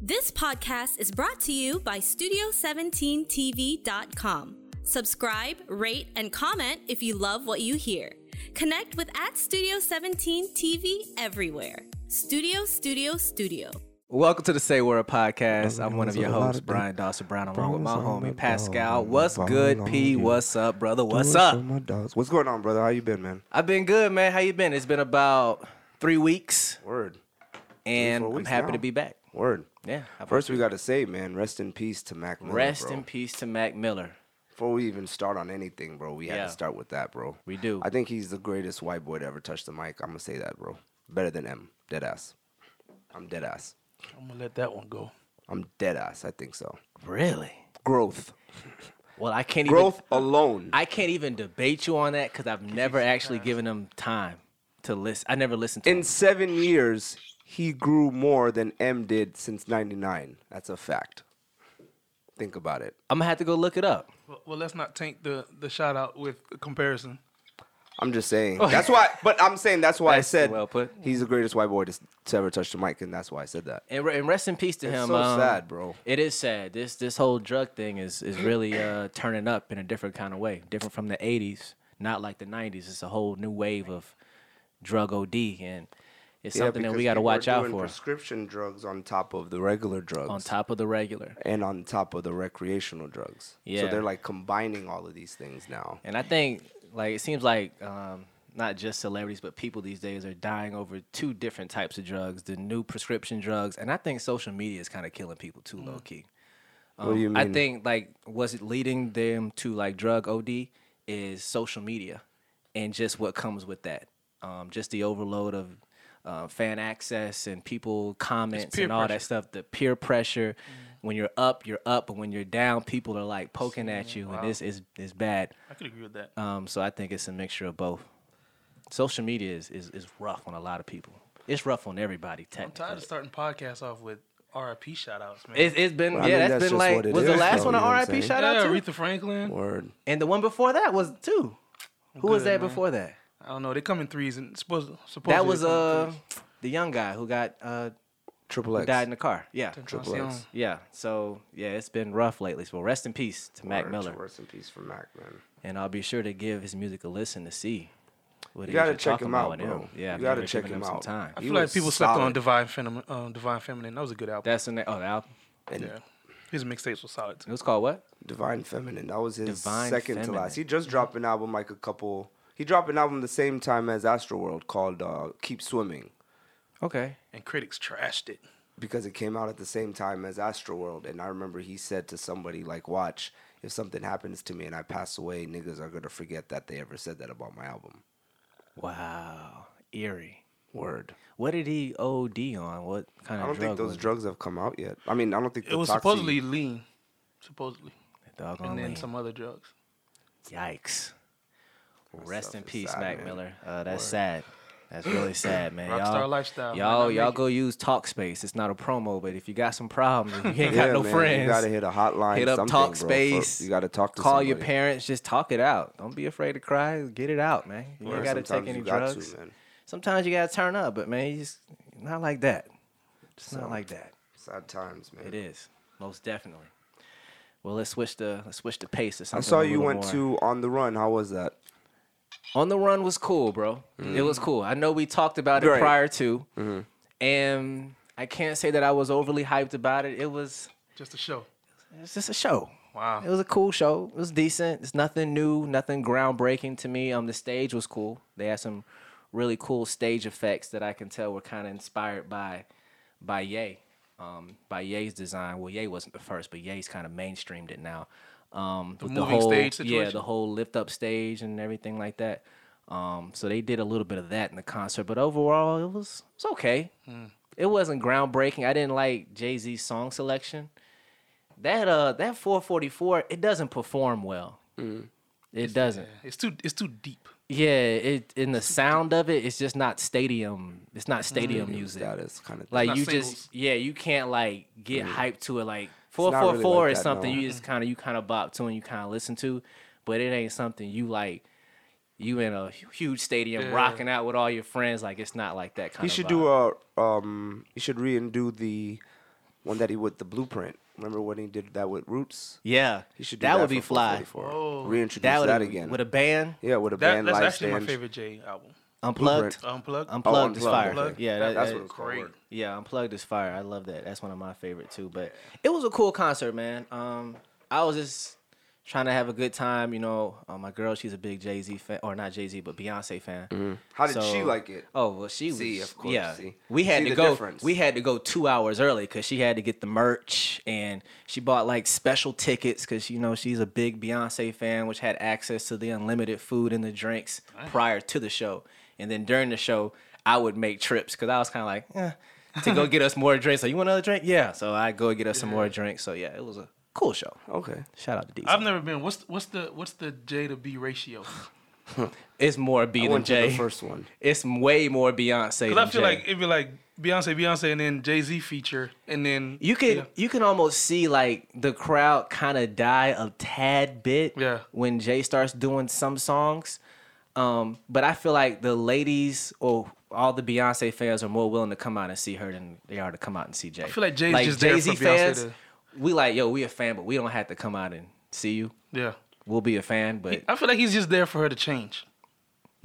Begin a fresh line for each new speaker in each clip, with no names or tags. This podcast is brought to you by Studio17TV.com. Subscribe, rate, and comment if you love what you hear. Connect with at Studio17TV everywhere. Studio, studio, studio.
Welcome to the Say Word podcast. I'm
Welcome
one of
to
your
the lot
hosts,
of
Brian
the-
Dawson Brown, along with my
Brown's on the
homie
dog,
Pascal. What's
Brown's
good,
on
P?
you.
What's up, brother? What's
Do it for
up?
my dogs. What's going on, brother? How you been, man?
I've been good, man. How you been? It's been about three weeks,
Word,
and
four
I'm
weeks
happy
now.
to be back.
word.
Yeah. I-
First, we got to say, man, rest in peace to Mac Miller.
rest
bro.
in peace to Mac Miller.
Before we even start on anything, bro, we
Yeah.
had to start with that, bro.
We do.
I think he's the greatest white boy to ever touch the mic. I'm gonna say that, bro. Better than M. Dead ass. I'm dead ass.
I'm gonna let that one go.
I'm dead ass. I think so.
Really?
Growth.
Well, I can't
Growth
even.
alone.
I can't even debate you on that because I've never actually given him time to listen. I never listened to
in
him.
seven years, he grew more than M did since '99. That's a fact. Think about it.
I'm gonna have to go look it up.
Well, well let's not taint the the shout out with a comparison.
I'm just saying. That's why. But I'm saying that's why
That's
I said
well put.
he's the greatest white boy to, to ever touch the mic, and that's why I said that.
And, re- and rest in peace to
It's
him.
so
um,
sad, bro.
It is sad. This this whole drug thing is is really uh, turning up in a different kind of way, different from the '80s. Not like the '90s. It's a whole new wave of drug OD, and it's something that
because
we got to
people are
watch out
doing
for.
Prescription drugs on top of the regular drugs,
on top of the regular,
and on top of the recreational drugs.
Yeah.
So they're like combining all of these things now.
and I think like it seems like um, not just celebrities, but people these days are dying over two different types of drugs: the new prescription drugs, and I think social media is kind of killing people too, low key.
Mm. what do you mean?
I think like what's leading them to like drug OD is social media and just what comes with that. Um, just the overload of uh, fan access and people comments
peer
and all that
pressure.
stuff. The peer pressure.
Mm.
When you're up, you're up, but when you're down, people are like poking at you, and this is is bad.
I could agree with that.
Um, so I think it's a mixture of both. Social media is, is is rough on a lot of people. It's rough on everybody.
I'm tired of
Technically,
starting podcasts off with RIP shout outs, man.
it's, it's been
Well, I
yeah.
mean,
that's
that's
been
just
like
what it
was the
is,
last
though,
one
you
an
know what I'm
RIP
saying?
shout out
yeah,
to
Aretha Franklin.
Word.
And the one before that was two. Who was
Good,
that
man.
before that?
I don't know. They come in threes and supposed supposedly
That was
they come
uh
in
the young guy who got uh
Triple X.
died in the car. Yeah.
threes.
Triple X.
Sean.
Yeah. So yeah, it's been rough lately. So rest in peace to Mac
Word.
Miller.
Rest in peace for Mac, man.
And I'll be sure to give his music a listen to see. What it
You
is
gotta
you're
check
talking
him
about
out,
with
bro.
Yeah,
You
I've
gotta
never
check
given
him
some
out.
time.
I
He
feel like
was
people slept on
solid.
Divine Feminine. Um, Divine Feminine. That was a good album.
That's the name. Oh, the album.
yeah. His mixtapes were solid.
It
too.
was called what?
Divine Feminine. That was his
Divine
second to
Feminine.
last. He just dropped an album like a couple. He dropped an album the same time as Astroworld called uh, Keep Swimming.
Okay.
And critics trashed it.
because it came out at the same time as Astroworld. And I remember he said to somebody, like, watch, if something happens to me and I pass away, niggas are going to forget that they ever said that about my album.
Wow. Eerie.
Word.
What did he OD on? What kind
I
of
don't
drug
think those
was
drugs have come out yet. I mean, I don't think
It was
Toxi-
supposedly lean, supposedly,
it? Doggone
and then
lean.
some other drugs.
Yikes. Rest
stuff
in
is
peace,
sad,
Mac
man.
Miller. Uh, that's sad. That's really sad, man.
Rockstar
y'all,
lifestyle, might
Y'all,
not
y'all
make
go use Talkspace. It's not a promo, but if you got some problems, and you ain't
Yeah,
got no
man,
friends.
You got to hit a hotline.
hit up
something, bro, for-
Talkspace.
You got to talk to
Call
somebody.
your parents. Just talk it out. Don't be afraid to cry. Get it out, man. You
Or
ain't got to take
sometimes
any
you got to,
drugs.
man.
Sometimes you got to turn up, but man, you just not like that. Just not like that.
Sad times, man.
It is most definitely. Well, let's switch the let's switch the pace to
I
something.
saw
a
you
little
went
more-
to On the Run. How was that?
On the Run was cool, bro. It was cool. I know we talked about it
Mm. Right. Mm-hmm.
prior to, and I can't say that I was overly hyped about it. It was
Just a show.
it's just a show.
Wow.
It was a cool show. It was decent. It's nothing new, nothing groundbreaking to me. Um, the stage was cool. They had some really cool stage effects that I can tell were kind of inspired by by Ye, um, by Ye's design. Well, Ye wasn't the first, but Ye's kind of mainstreamed it now. Um, with
moving
whole,
stage
yeah, the
situation?
whole lift up stage and everything like that. Um, so they did a little bit of that in the concert, but overall it was it's okay.
Hmm.
It wasn't groundbreaking. I didn't like Jay Z's song selection. That uh that 444 it doesn't perform well.
Mm.
It doesn't.
It's too. It's too deep.
Yeah, it in the sound of it, it's just not stadium. It's
Mm.
not stadium music.
That is kind of
Like
not
you
singles.
just yeah, you can't like get hyped to it. Like four
not really
four four
like
is
that,
something
no.
you just kind of you kind of bop to and you kind of listen to, but it ain't something you like. You in a hu- huge stadium
Yeah.
rocking out with all your friends. Like it's not like that kind
He
of.
should
vibe.
do a um. He should re and do the One that he would the blueprint. Remember when he did that with Roots?
Yeah,
He should do
that, would be
for
fly.
444.
Oh.
Reintroduce
That
that,
would
again.
with a band
yeah, with a
That,
band
that's
live
actually
stand.
my favorite J album.
unplugged.
Unplugged.
Unplugged is fire.
Unplugged.
Yeah,
That-
that,
that's
that-
what it's called.
great.
Yeah, Unplugged is fire. I love that. That's one of my favorite too. But it was a cool concert, man. Um, I was just trying to have a good time. You know, uh, my girl, she's a big Jay Z fan, or not Jay Z, but Beyonce fan.
How did
So-
she like it?
Oh well, she
See,
was.
of course,
yeah,
see.
we had
See
to
the
go.
difference.
We had to go two hours early because she had to get the merch and she bought like special tickets because you know she's a big Beyonce fan, which had access to the unlimited food and the drinks prior to the show. And then during the show, I would make trips because I was kind of like eh, to go get us more drinks. So you want another drink? Yeah. So I go get us some more drinks. So yeah, it was a cool show.
Okay.
Shout out to
I've
D.
never been. What's what's the what's the J to B ratio?
It's more B
I
than
went to
J.
the first one.
It's way more Beyonce.
Because I
than
feel
Jay.
like it'd be like Beyonce, Beyonce, and then Jay Z feature, and then
You can
yeah.
you can almost see like the crowd kind of die a tad bit
Yeah.
when Jay starts doing some songs. Um, but I feel like the ladies or all the Beyonce fans are more willing to come out and see her than they are to come out and see Jay. I
feel like Jay's just there for Beyonce to-
we like yo, we a fan, but we don't have to come out and see you.
yeah.
We'll be a fan, but
I feel like he's just there for her to change.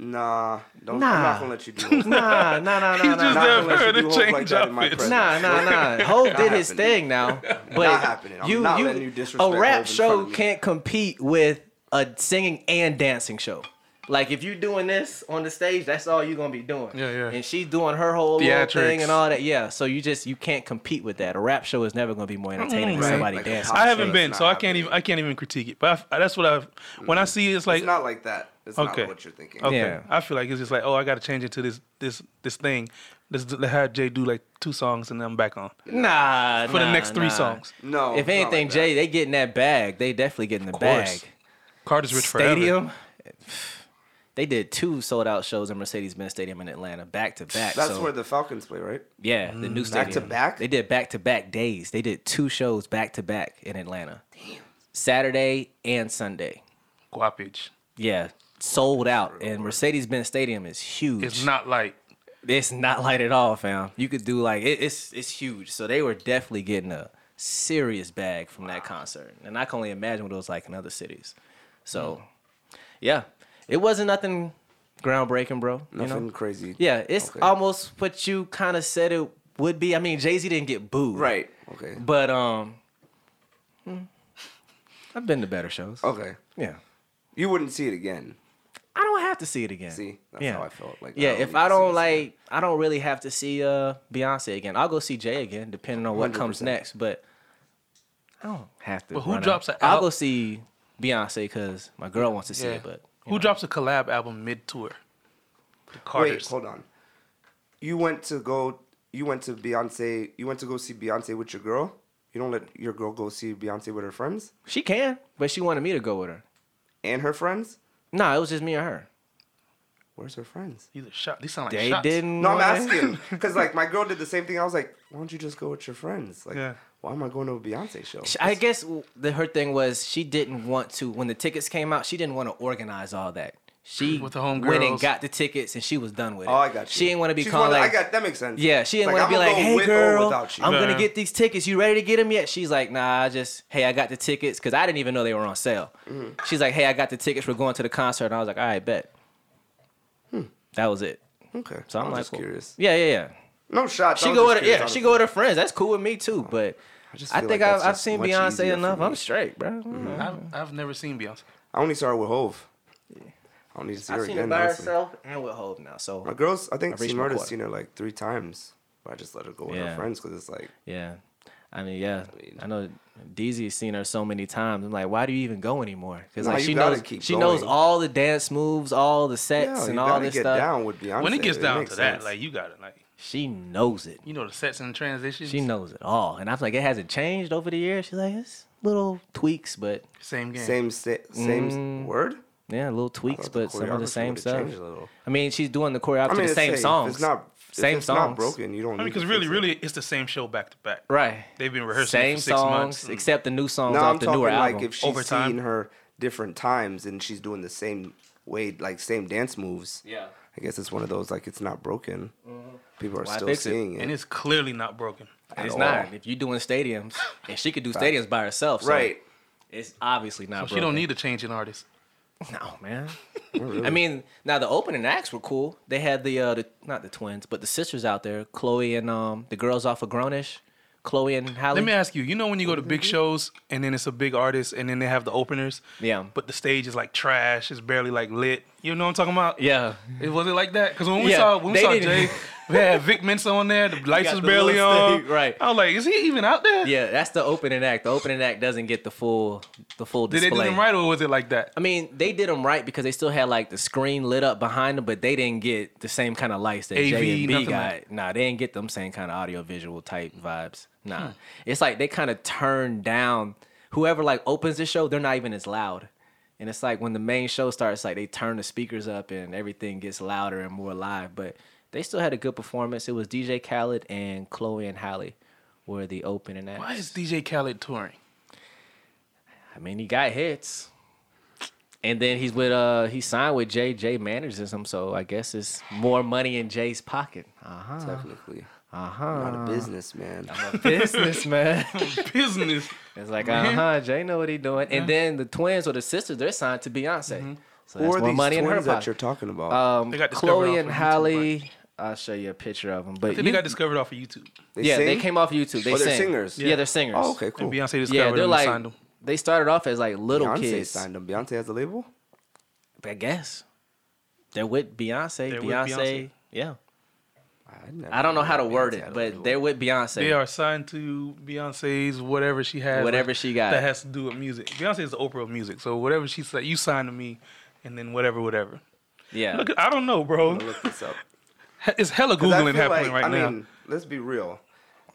Nah, don't. I'm
Nah.
not gonna let you do. hope-
nah, nah, nah, nah,
just
nah.
there
not gonna
for
let
her
you
to
do hope like
change
that in my
outfits.
presence.
Nah, nah, nah. Hove did his
happening.
thing now, but
Not happening. I'm
you,
not
you,
letting you disrespect
a rap
Hov in front of
show
me.
can't compete with a singing and dancing show. Like if you're doing this on the stage, that's all you're gonna be doing.
Yeah, yeah.
And she's doing her whole little
Theatrics.
thing and all that. Yeah. So you just you can't compete with that. A rap show is never gonna be more entertaining than
man.
somebody
Like a
dancing.
pop
I
Sure,
haven't
it's
been,
not
so I can't
happening.
even I can't even critique it. But I, that's what I've when I see it, it's like
It's not like that. It's not
Okay.
what you're thinking.
okay,
Yeah.
I feel like it's just like oh I got to change it to this this this thing. Let's do- let have Jay do like two songs and then I'm back on
Nah.
for the
nah,
next three
nah.
songs.
No.
if
it's Oh, not like
anything,
that.
Jay, they get in that bag. They definitely get in the
course.
bag.
Carter's rich forever.
stadium. They did two sold out shows in Mercedes Benz Stadium in Atlanta, back to back.
That's
so,
where the Mm. Falcons play, right?
yeah, the new stadium.
back to back?
They did back to back days. They did two shows back to back in Atlanta. Damn. Saturday and Sunday.
Guapage.
Yeah, sold out. And Mercedes Benz Stadium is huge.
It's not like
It's not light at all, fam. You could do like it, it's it's huge. So they were definitely getting a serious bag from that concert, and I can only imagine what it was like in other cities. So,
Hmm.
yeah, it wasn't nothing groundbreaking, bro. you know?
Nothing crazy.
Yeah, it's
Okay.
almost what you kind of said it would be. I mean, Jay Z didn't get booed,
Right. Okay.
But um, hmm, I've been to better shows.
Okay.
Yeah.
You wouldn't see it again.
I don't have to see it again.
See? That's how I felt, like,
yeah,
I don't
if
need
I
to see
don't
this
like, I don't really have to see uh Beyonce again. I'll go see Jay again, depending on what comes
100%.
next. But I don't have to.
But who
run
drops
out.
a
I'll
al-
go see Beyonce because my girl wants to see
yeah.
it. But
Who drops a collab album mid tour? The Carters.
Wait, hold on. You went to go. You went to Beyonce. You went to go see Beyonce with your girl. You don't let your girl go see Beyonce with her friends
she can, but she wanted me to go with her.
and her friends.
No, it was just me and her.
Where's her friends?
These are shot. These sound like
They
shots.
didn't.
No, I'm
wanna-
asking because like my girl did the same thing. I was like, why don't you just go with your friends? Like,
Yeah.
why am I going to a Beyonce show?
I guess the her thing was she didn't want to when the tickets came out. She didn't want to organize all that. She
With the homegirls.
went and got the tickets and she was done with it.
Oh, I got you.
She didn't want to be
She's
calling.
one of-
Like,
I got that makes sense.
Yeah, she didn't want to
I'm
be
gonna
like,
go
"Hey,
with or
girl,
without you."
I'm gonna
Yeah.
get these tickets. You ready to get them yet?" She's like, "Nah, I just hey, I got the tickets because I didn't even know they were on sale."
Mm-hmm.
She's like, "Hey, I got the tickets. We're going to the concert." And I was like, "All right, bet." That was it.
okay,
So I'm
Hmm. I'm
like,
just
cool.
curious.
Yeah, yeah, yeah.
No shots. I
She
was
go
just
with her,
curious,
yeah, she
honestly.
go with her friends. That's cool with me too. But I,
I just feel
think
like
I've,
that's
I've
just
seen
much
Beyonce
easier for
enough.
me. Mm-hmm.
I'm straight, bro.
I've, I've never seen Beyonce.
I only saw her with Hove. I don't need to see her
I've seen her
again.
by
honestly.
herself and with Hope now. So
My girls, I think
I've reached my
Seymour has
quota.
seen her like three times, but I just let her go with
Yeah.
her friends because it's like
Yeah. I mean, yeah. I,
mean-
know Deezy's seen her so many times. I'm like, why do you even go anymore? Because
Nah,
like
you
she
gotta
knows
keep
she knows
going.
all the dance moves, all the sets,
yeah, you
and all
gotta
this
get
stuff.
down with Beyonce.
When it gets down
makes
to that,
sense.
like you got it, like
She knows it.
you know the sets and transitions.
She knows it all. And I'm like, it hasn't changed over the years. She's like, it's little tweaks, but
Same game.
same sta- same
Mm.
s- word.
yeah, little tweaks,
thought the
but some of the
choreography
same
would've
stuff.
changed a little.
I mean, she's doing the choreography
I mean,
to the
it's
same
safe. If
songs.
It's not if
same
it's
songs.
not broken. You don't.
I mean,
need to
because really,
fix it.
really, it's the same show back to back.
Right.
They've been rehearsing
Same
for six
songs,
months. and-
except the new songs
No,
off
I'm
the
talking
newer
like
album.
if she's
Over time.
seen her different times and she's doing the same way, like same dance moves.
Yeah. Mm-hmm.
I guess it's one of those like it's not broken. People are
Why
still
fix it?
seeing it.
and it's clearly not broken.
At
it's
all.
not. If you're doing stadiums, and she could do stadiums by herself, so
Right.
It's obviously not.
She don't
broken.
need a changing artist.
No, man. I mean, now the opening acts were cool. They had the uh, the not the twins, but the sisters out there, Chloe and um the girls off of Grownish, Chloe and Hallie.
Let me ask you. You know when you go to big shows and then it's a big artist and then they have the openers.
Yeah.
But the stage is like trash. It's barely like lit. You know what I'm talking about?
yeah,
It was it like that? Because when we
Yeah,
saw when we
they
saw
didn't-
Jay, we had Vic Mensa on there. The lights
got
was
the
barely
little
on.
stage, right.
I was like, is he even out there?
yeah. That's the opening act. The opening act doesn't get the full the full
Did
display.
they do them right or was it like that?
I mean, they did them right because they still had like the screen lit up behind them, but they didn't get the same kind of lights that
AV,
J and B
nothing
got.
like-
Nah, they didn't get them same kind of audio visual type vibes. Nah,
Hmm.
it's like they kind of turned down whoever like opens the show. They're not even as loud, and it's like when the main show starts, like they turn the speakers up and everything gets louder and more live. But they still had a good performance. It was DJ Khaled and Chloe and Halle were the opening acts.
Why is DJ Khaled touring?
I mean, he got hits. And then he's with uh he signed with Jay. Jay manages him, so I guess it's more money in Jay's pocket. Uh-huh.
Technically. Uh-huh. Not a businessman.
Business man.
Business.
it's like, uh-huh, Jay know what he doing. And then the twins or the sisters, they're signed to Beyonce. So that's
Who are
more
Mm-hmm. these
money in her
twins that you're
pocket.
talking about?
Um
They got discovered off
Chloe
of
and
YouTube,
Halle, I'll show you a picture of them. But
I think
you,
they got discovered off of YouTube.
They
yeah, they
sing?
came off YouTube. They
Oh, they're
sing.
singers.
Yeah. they're singers.
Oh, okay, cool.
And Beyonce discovered
Yeah, they're
him
like
and signed him.
they started off as like little
Beyonce
kids.
signed them. Beyonce has a label?
I guess they're with Beyonce.
They're with
Beyonce,
Beyonce.
yeah.
I, never
I don't know
knew
how to
that
word
Beyonce
it,
had a label.
but they're with
They
Beyonce.
are signed to Beyonce's whatever she has.
Whatever she got.
That has to do with music. Beyonce is the Oprah of music. So whatever she said, you sign to me, and then whatever, whatever.
Yeah,
Look, I don't know, bro.
I'm gonna look this up.
It's hella
'Cause I
googling
feel
happening
like-
right
I
now.
mean, let's be real.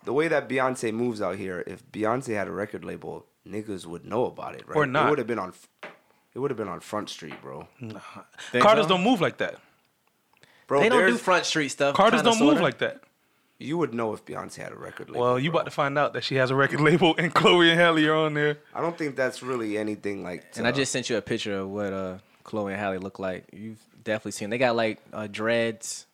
The way that Beyonce moves out here, if Beyonce had a record label, niggas would know about it, right?
Or
It
not. Mm.
would have been on. It would have been on Front Street, bro.
Think
Carters
so?
don't move like that.
Bro,
they don't do
there's-
front street stuff.
Carters
kinda,
don't move
sorta.
like that.
You would know if Beyonce had a record label.
Well, you
bro.
about to find out that she has a record label, and Chloe and Halle are on there.
I don't think that's really anything like. to-
And I just sent you a picture of what uh, Chloe and Halle look like. You've definitely seen. They got like uh, dreads.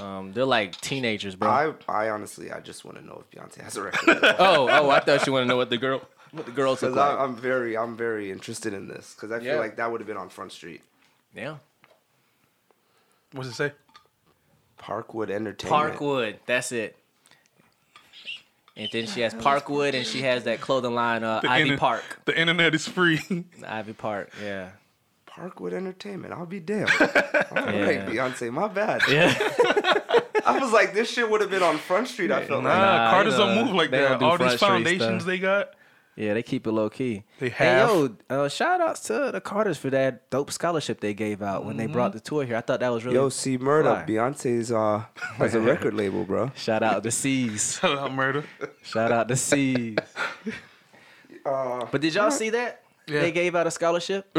Um, they're like teenagers, bro.
I, I honestly, I just want to know if Beyonce has a record label.
oh, oh, I thought you want to know what the girl, what the girls look
Because
like.
I'm very, I'm very interested in this. Because I feel
Yeah.
like that would have been on Front Street,
yeah,
What's it say?
Parkwood Entertainment.
Parkwood. That's it. And then she has Parkwood, and she has that clothing line, uh,
The
Ivy
inter-
Park.
The internet is free.
Ivy Park. Yeah.
Parkwood Entertainment. I'll be damned. All right,
Yeah.
Beyonce, my bad.
Yeah.
I was like, this shit would have been on Front Street. I felt
Nah,
like
Nah,
Carters
you know,
don't move like
they don't
that.
do
All
front
these
street
foundations
stuff.
they got.
Yeah, they keep it low key.
They
And yo, uh, shout outs to the Carters for that dope scholarship they gave out when they brought the tour here. I thought that was really.
Mm-hmm. yo, see, murder.
fly.
Beyonce's uh has a record label, bro.
Shout out to C's.
Murder.
shout out to C's.
Uh,
but did y'all see that?
Yeah.
They gave out a scholarship.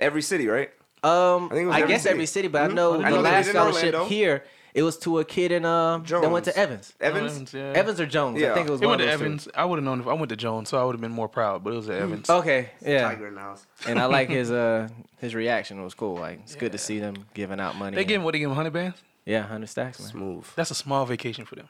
Every city, right?
Um, I,
Mm. think it was every
guess
city. Mm-hmm.
every city, but I know
I know
the
they
last
did in Orlando.
scholarship here it was to a kid in um that went
Jones.
to Evans,
Evans.
yeah.
Evans or Jones. I
Yeah.
think it was
It
one
went to
of those two.
Evans. I would have known if I went to Jones, so I would have been more proud. But it was at Evans.
Okay, Oh, yeah,
Tiger in the house.
and I like his uh his reaction. It was cool. Like it's good to see them giving out money.
They
and-
gave him what? They gave him hundred bands.
yeah, hundred stacks, man.
Smooth.
That's a small vacation for them.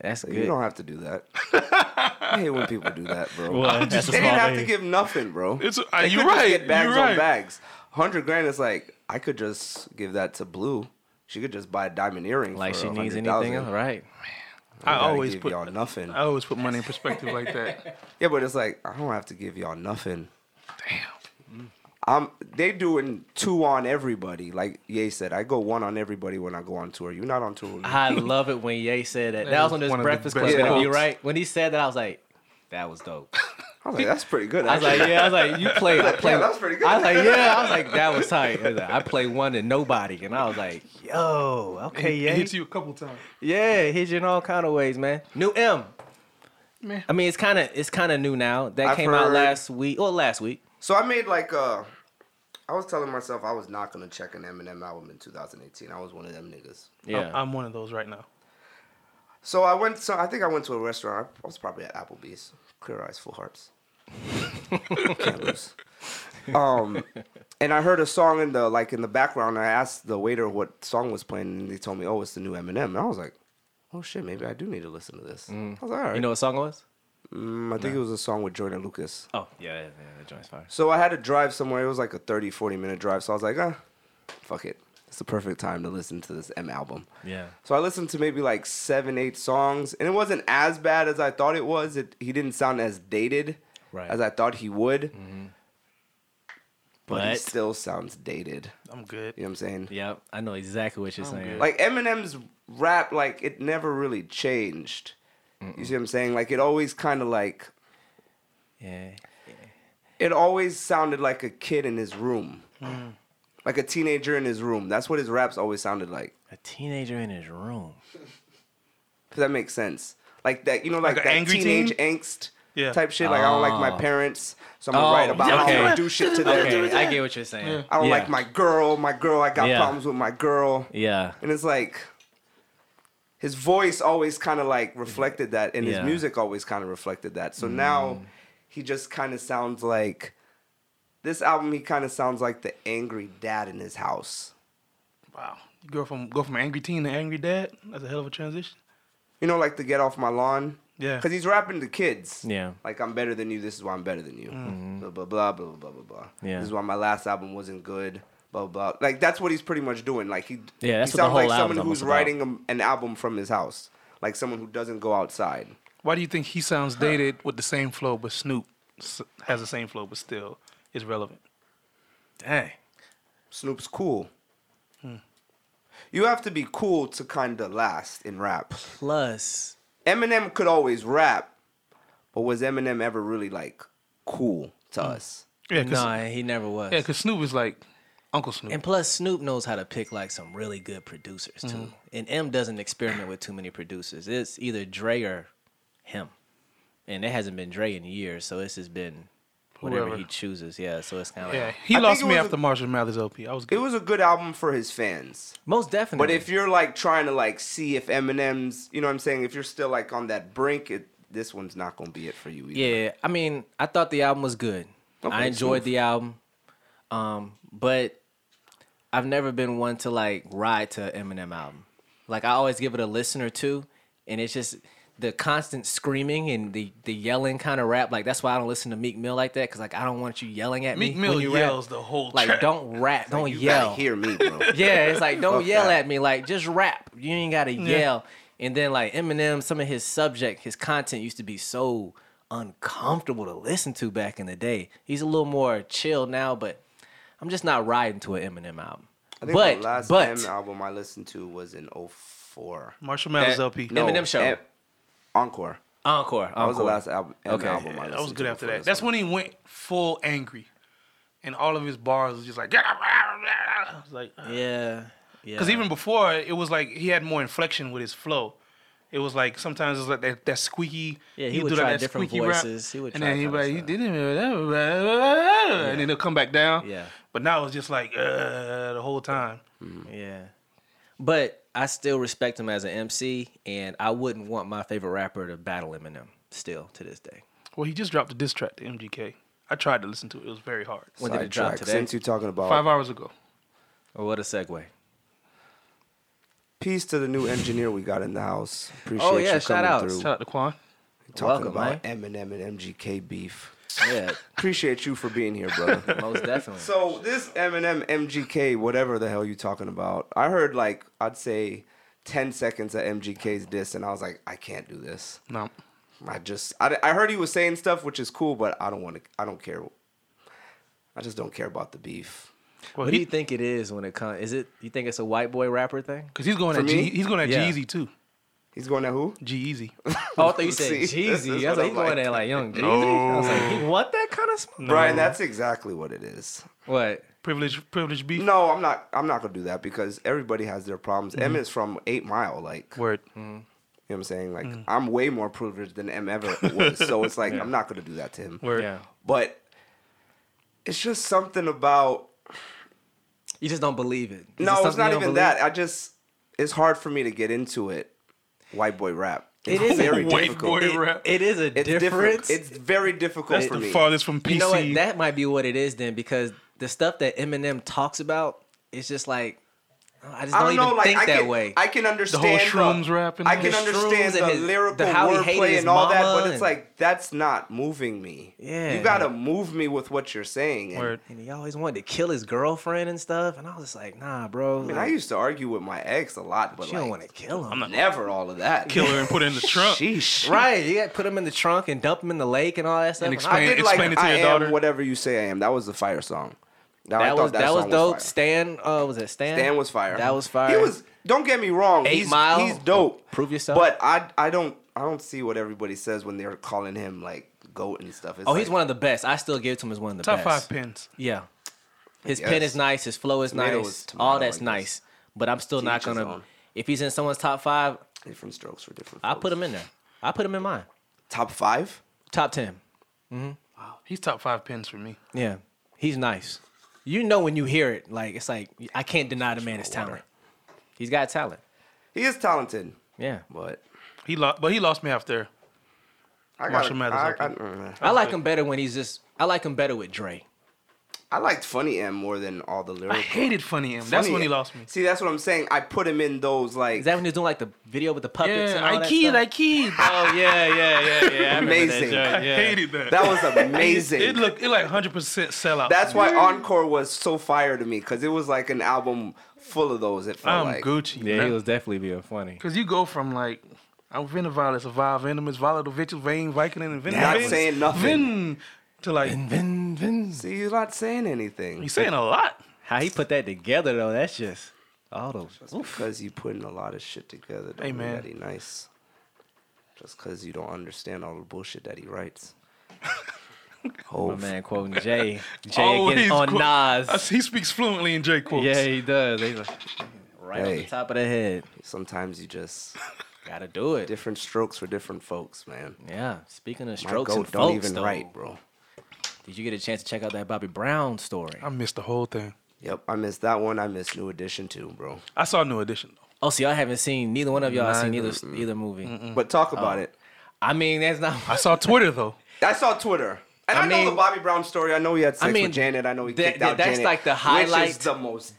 That's good.
You don't have to do that. I hate when people do that, bro.
that's
they didn't have to give nothing, bro.
It's- uh,
They
you're
could just
right,
Get bags
you're
on
right.
bags. Hundred grand is like I could just give that to Blue. She could just buy a diamond earring.
like
for
she needs
100,000.
anything else, right?
I
gotta
always
give
put
y'all nothing.
I always put money in perspective like that.
Yeah, but it's like I don't have to give y'all nothing.
Damn.
I'm they doing two on everybody. Like Ye said, I go one on everybody when I go on tour. You're not on tour. With me.
I love it when Ye said that. That,
That
was
is
on this
one of the
Breakfast Club
best
interview,
quotes.
right? When he said that, I was like, that was dope.
I was like, that's pretty good.
I was like,
actually.
yeah. I was like, you played. I played.
that was pretty good.
I was like, yeah. I was like, that was tight. I, was like, I played one to nobody, and I was like, yo, okay,
It
Ye.
hits you a couple times.
Yeah, it hits you in all kind of ways, man. New M.
Man.
I mean, it's kind of it's kind of new now. That
I've
came out
heard-
last week. Well, last week.
So I made like uh I was telling myself I was not gonna check an Eminem album in 2018. I was one of them niggas.
Yeah.
I'm, I'm one of those right now.
So I went. So I think I went to a restaurant. I was probably at Applebee's. Clear eyes, full hearts. Can't lose. Um, and I heard a song in the like in the background. I asked the waiter what song was playing, and they told me, "Oh, it's the new Eminem." And I was like, oh shit, maybe I do need to listen to this. I was like, all right.
Mm. You know what song it was?
Mm, I think it was a song with Jordan Lucas.
Oh yeah, yeah, yeah that joint's fire.
So I had to drive somewhere. It was like a 30, 40 minute drive. So I was like, ah, fuck it. It's the perfect time to listen to this M album.
Yeah.
So I listened to maybe like seven, eight songs, and it wasn't as bad as I thought it was. It, he didn't sound as dated
Right.
as I thought he would, but he
But-
still sounds dated.
I'm good.
You know what I'm saying?
Yep, I know exactly what you're saying.
Like Eminem's rap, like it never really changed. You see what I'm saying? Like it always kind of like
yeah,
it always sounded like a kid in his room, like a teenager in his room. That's what his raps always sounded like.
a teenager in his room.
If that makes sense. Like that, you know, like,
Like a
that
angry
teenage
teen?
angst
Yeah.
type shit. Like I don't like my parents, so I'm gonna write
Ah. Oh,
about how I'm
okay.
gonna do shit to them.
Okay, I get what you're saying.
I don't
Yeah.
like my girl. My girl, I got
Yeah.
problems with my girl.
Yeah,
And it's like his voice always kind of like reflected that, and his
Yeah. Mm.
music always kind of reflected that. So now he just kind of sounds like this album. He kind of sounds like the angry dad in his house.
Wow. You go from go from angry teen to angry dad. That's a hell of a transition.
You know, like the get off my lawn.
Yeah.
Because he's rapping to kids.
Yeah. Mm-hmm.
Like, I'm better than you. This is why I'm better than you. Blah, blah, blah, blah, blah, blah, blah.
Yeah.
This is why my last album wasn't good. Blah, blah, blah. Like, that's what he's pretty much doing. Like, he,
Yeah, that's
he
what the
sounds like
whole
someone
album's
who's
about.
writing a, an album from his house. Like, someone who doesn't go outside.
Why do you think he sounds dated with the same flow, but Snoop s- has the same flow, but still is relevant?
dang.
Snoop's cool. You have to be cool to kind of last in rap.
Plus,
Eminem could always rap, but was Eminem ever really, like, cool to us?
Yeah, cause,
nah, he never was.
yeah, 'cause Snoop is like Uncle Snoop.
And plus, Snoop knows how to pick like some really good producers too. And M doesn't experiment with too many producers. It's either Dre or him, and it hasn't been Dre in years, so it's just been whatever
Whoever.
he chooses. Yeah, so it's kind of
yeah,
like,
he
I
lost
think it
me
was a-
after Marshall Mathers LP. I was
It
good.
was a good album for his fans.
most definitely.
But if you're like trying to like see if Eminem's, you know what I'm saying, if you're still like on that brink, it, this one's not gonna be it for you either.
Yeah, I mean, I thought the album was good. I
Okay,
enjoyed
smooth.
the album, um, but I've never been one to like ride to an Eminem album. Like I always give it a listen or two, and it's just the constant screaming and the the yelling kind of rap. Like that's why I don't listen to Meek Mill like that because like I don't want you yelling at
Meek
me.
Mill
when you rap.
yells the whole
like
track.
don't rap, don't
you
yell.
gotta hear me, bro.
Yeah, it's like don't
Fuck
yell
that.
at me. Like just rap. You ain't gotta yell. And then like Eminem, some of his subject, his content used to be so uncomfortable to listen to back in the day. He's a little more chill now, but I'm just not riding to an Eminem album.
I think
but
the last
but
M album I listened to was in 04.
Marshall Mathers
Eh,
LP.
no. Eminem Show.
Em- Encore.
Encore,
That was the
Encore.
last album. M
Okay.
album I
Yeah, that
listened
was good
to
after
before
that.
this
That's
one.
when he went full angry, and all of his bars was just like. I was like,
Yeah, yeah.
because even before it was like he had more inflection with his flow. It was like sometimes it's like that, that squeaky.
Yeah, he
he'd
would
do, like,
try
that
different
squeaky rap,
voices. He would
and
try
then he'd be
kinda
like, he
stuff.
didn't, and then he'll come back down.
Yeah.
But now it's just like uh, the whole time.
Yeah. But I still respect him as an MC, and I wouldn't want my favorite rapper to battle Eminem still to this day.
Well, he just dropped a diss track to MGK. I tried to listen to it. It was very hard.
When did it drop
Sidetrack.
today?
Since you're talking about
Five hours ago.
Or what a segue.
peace to the new engineer we got in the house. Appreciate
Oh,
you
yeah,
coming
shout out.
through.
Shout out to Quan.
Talking
Welcome,
about Eminem and MGK beef.
Yeah,
Appreciate you for being here, brother.
most definitely.
So this Eminem MGK, whatever the hell you talking about, I heard like I'd say ten seconds of MGK's diss, and I was like, I can't do this.
No.
I just I, I heard he was saying stuff which is cool, but I don't want to. I don't care. I just don't care about the beef.
Well,
What do you think it is when it comes? Is it you think it's a white boy rapper thing?
Because he's going
For
at
me?
G, he's going at
Yeah.
G Easy too.
He's going at who?
G Easy.
Oh, I thought you said
See, this is
Jeezy. I was like,
what I'm
you going
like.
at like young Jeezy? I was like, you want that kind of smoke?
Brian, that's exactly what it is.
What?
privilege, privilege beef.
No, I'm not. I'm not gonna do that because everybody has their problems. M
Mm-hmm.
is from Eight Mile, like
Word.
you know what I'm saying. Like
Mm.
I'm way more privileged than M ever was, so it's like I'm not gonna do that to him.
Word.
Yeah.
But it's just something about
You just don't believe it. Is it
No, it's
something you
not
don't believe?
even that. I just it's hard for me to get into it. White boy rap.
It
It's
is
very
white
difficult.
boy
It-
rap.
It is a
it's
difference.
different. It's very difficult
That's
for
the
me.
farthest from PC.
you know what? That might be what it is then, because the stuff that Eminem talks about, it's just like I just
I
don't,
don't
even
know, like
think
I
that
can,
way.
I can understand
shrooms rap and
I
all
can
that.
understand
Shrooms
the
and his-
lyrical
the how he hated
wordplay
his
and all that,
mama
but it's
and-
like that's not moving me.
Yeah.
you gotta move me with what you're saying. And,
Word.
and he always wanted to kill his girlfriend and stuff. And I was just like, nah, bro.
I mean,
like,
I used to argue with my ex a lot, but
you
like,
don't want to kill him.
never all of that.
Kill her and put it in the trunk.
Sheesh.
Right. You got to put him in the trunk and dump him in the lake and all that stuff.
And
I
I
explain-
did-
did like
explain it to
I
your
am
daughter.
whatever you say I am. That was the fire song. Now, I
that
thought
was that was
song
dope.
fire.
Stan, uh, was it Stan?
Stan was fire.
That was fire.
He was. Don't get me wrong.
Eight
he's,
Mile.
He's dope.
Prove yourself.
But I I don't I don't see what everybody says when they're calling him like goat and stuff. It's
Oh, he's
like,
one of the best. I still give it to him as one of the
Top
best.
five pins.
Yeah. His
Yes.
pen is nice. His flow is
Tomato
nice.
is tomato,
all
I
that's
guess.
nice. But I'm still
To
not
each his
gonna.
own.
If he's in someone's top five,
different strokes for different.
I put
folks.
him in there. I put him in mine.
top five.
Top ten.
He's top five pins for me.
Yeah, he's nice. You know when you hear it, like it's like I can't deny the man his talent. He's got talent.
He is talented,
Yeah,
but
He lost, but he lost me after.
I got
Marshall Mathers,
I, I,
okay.
mm,
I like him better when he's just. I like him better with Dre.
I liked Funny M more than all the
I
lyrics.
hated Funny M. That's when he lost me.
See, that's what I'm saying. I put him in those like
Is that when he's doing like the video with the puppets? and all
Yeah, I
that
keyed,
stuff?
I keyed.
Oh yeah, yeah, yeah, yeah. I remember that
Amazing.
joint,
I
yeah.
hated that.
that was amazing.
It looked it like hundred percent sellout.
That's why Encore was so fire to me because it was like an album full of those. It felt
I'm
like
Gucci.
Yeah, he was definitely being funny.
Because you go from like, I'm Venovalis, a vile, venomous, volatile, vitral, vein, Vicodin, and venom.
Not saying nothing.
Vin, to like,
See, you're not saying anything
he's saying a lot.
How he put that together though, that's just all those. Oof.
because you putting a lot of shit together. Don't
Hey,
hey man,
man.
that he nice. Just because you don't understand all the bullshit that he writes.
My
Hove.
man quoting Jay. Jay
Always
again on
quote- I
Nas.
see- He speaks fluently in J quotes.
Yeah, he does. He's like, right on
Hey.
the top of the head.
Sometimes you just
Gotta do it.
different strokes for different folks, man.
Yeah. Speaking of
My
strokes
goat
and
don't
folks,
even
though,
write, bro.
Did you get a chance to check out that Bobby Brown story?
I missed the whole thing.
Yep, I missed that one. I missed New Edition too, bro.
I saw New Edition though.
Oh, see, I haven't seen neither one of y'all. seen either either movie.
But talk
Oh.
about it.
I mean, that's not.
I saw Twitter though.
I saw Twitter. And
I
I, know
mean-
the Bobby Brown story. I know he had sex
mean,
with Janet. I know he
that-
kicked
that-
out
that's
Janet.
like the
Which
highlight.
is the most.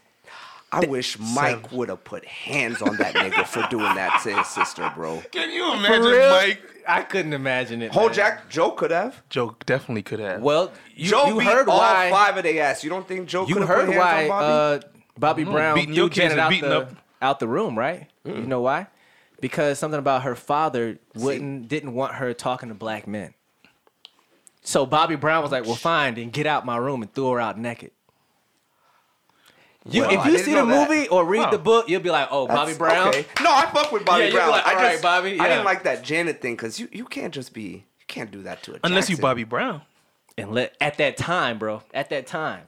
I wish Mike would have put hands on that nigga for doing that to his sister, bro.
Can you
I couldn't imagine it.
Whole
man.
Jack Joe could have.
Joe definitely could have.
Well, you,
Joe
you
beat
heard
all
why.
five of they ass. You don't think Joe could
you
have put
heard why
hands on Bobby?
Bobby, uh, Bobby Brown
Mm-hmm. beating
threw
your kids
Janet
and
out
beating
the,
up- Mm-hmm.
out the room, right? You know why? Because something about her father wouldn't didn't want her talking to black men. So Bobby Brown was like, "Well, fine, then get out my room," and threw her out naked. You,
Wow,
if
I
you
didn't
see the
know that.
movie or read
Wow.
the book, you'll be like, "Oh, Bobby
That's-
Brown."
Okay. No, I fuck with Bobby
Yeah, you'd be
Brown.
like,
I
all right,
just,
Bobby,
I
yeah.
didn't like that Janet thing because you, you can't just be you can't do that to a
unless you
Jackson.
Bobby Brown.
And let, at that time, bro, at that time,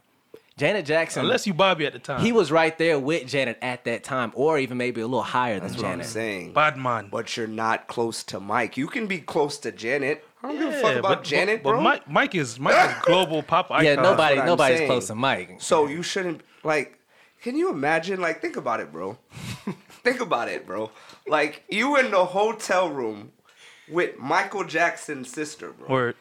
Janet Jackson.
Unless you Bobby at the time.
he was right there with Janet at that time, or even maybe a little higher than
That's what I'm
Janet.
saying.
Bodman.
But you're not close to Mike. You can be close to Janet. I don't give a fuck
Yeah,
about Janet,
but,
bro.
But Mike, Mike is Mike is global pop icon.
yeah, nobody,
what I'm
nobody's
saying.
close to Mike.
So you shouldn't like. Can you imagine? Like, think about it, bro. think about it, bro. Like you in the hotel room with Michael Jackson's sister, bro.
Word.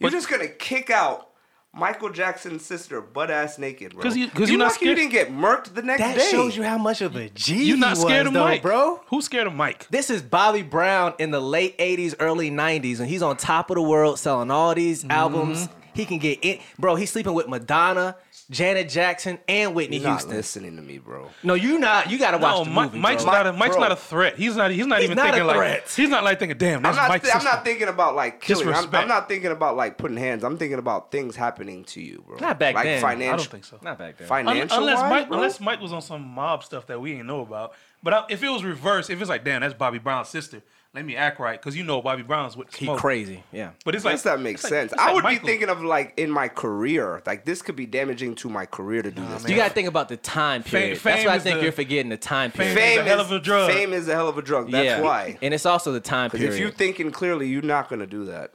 You're just gonna kick out Michael Jackson's sister, butt ass naked, bro.
'Cause you- 'cause you're not
lucky you didn't
scared-
get murked the next
That
day.
shows you how much of a G
You not
he
scared
was,
of
though,
Mike,
bro.
Who's scared of Mike?
This is Bobby Brown in the late '80s, early '90s, and he's on top of the world selling all these albums. He can get it, bro. He's sleeping with Madonna, Janet Jackson, and Whitney
You're not
Houston.
listening to me, bro.
No, you not. You gotta watch
No,
the
Mike,
movie,
Mike's
bro.
not a Mike's
Bro.
not a threat. He's not. He's not
He's
even
not a
thinking like.
threat.
He's not like thinking. Damn,
I'm
that's
not,
Mike's.
thi- I'm
sister."
not thinking about like killing. I'm,
Disrespect.
I'm not thinking about like putting hands. I'm thinking about things happening to you, bro.
Not back
like
then. I don't
Financial,
I don't think so.
Not back then.
Un-
Financial
unless
wise,
Mike,
bro?
unless Mike was on some mob stuff that we ain't know about. But I, if it was reversed, if it's like, damn, that's Bobby Brown's sister. Let me act right, cause you know Bobby Brown's with the
He
smoke.
crazy. Yeah.
But it's like
Guess that makes
it's like-
sense.
it's
I
like
would
Michael.
be thinking of like in my career, like this could be damaging to my career to do this.
You gotta think about the time period. That's
fame
why I
is
think
the-
you're forgetting the time period.
fame
fame
It's a hell of a drug.
Fame is a hell of a drug. That's
yeah.
why.
And it's also the time
Because
period.
if you're thinking clearly, you're not gonna do that.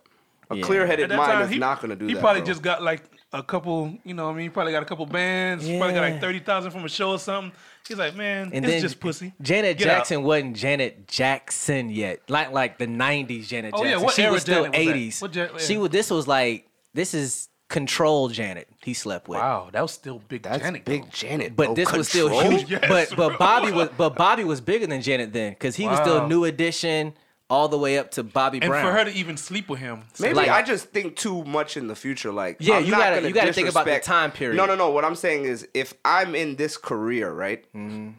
A
Yeah.
clear-headed
At that
mind
time,
is
he-
not gonna do
He
that.
probably
bro.
just got like a couple. You know, what I mean, he probably got a couple bands. Probably got
Yeah.
like thirty thousand from a show or something. He's like, man,
and
it's
then
just pussy.
Janet
Get out.
Jackson wasn't Janet Jackson yet, like like the '90s Janet
Oh, yeah,
Jackson.
what
she
era
was still
Janet was that?
'80s.
What Jan-
She
yeah.
was. This was like this is Control Janet. He slept with.
Wow, that was still big
That's
Janet.
big
though.
Janet.
But
bro.
this was still
Oh, Control?
huge.
Yes,
but
bro.
but Bobby was but Bobby was bigger than Janet then because he was still
Wow.
New Edition all the way up to Bobby
And
Brown.
for her to even sleep with him,
Maybe
like-
I just think too much in the future. Like,
Yeah,
I'm
you
not
gotta-
gonna
you gotta think about the
disrespect-
time period.
No, no, no. What I'm saying is, if I'm in this career, right, and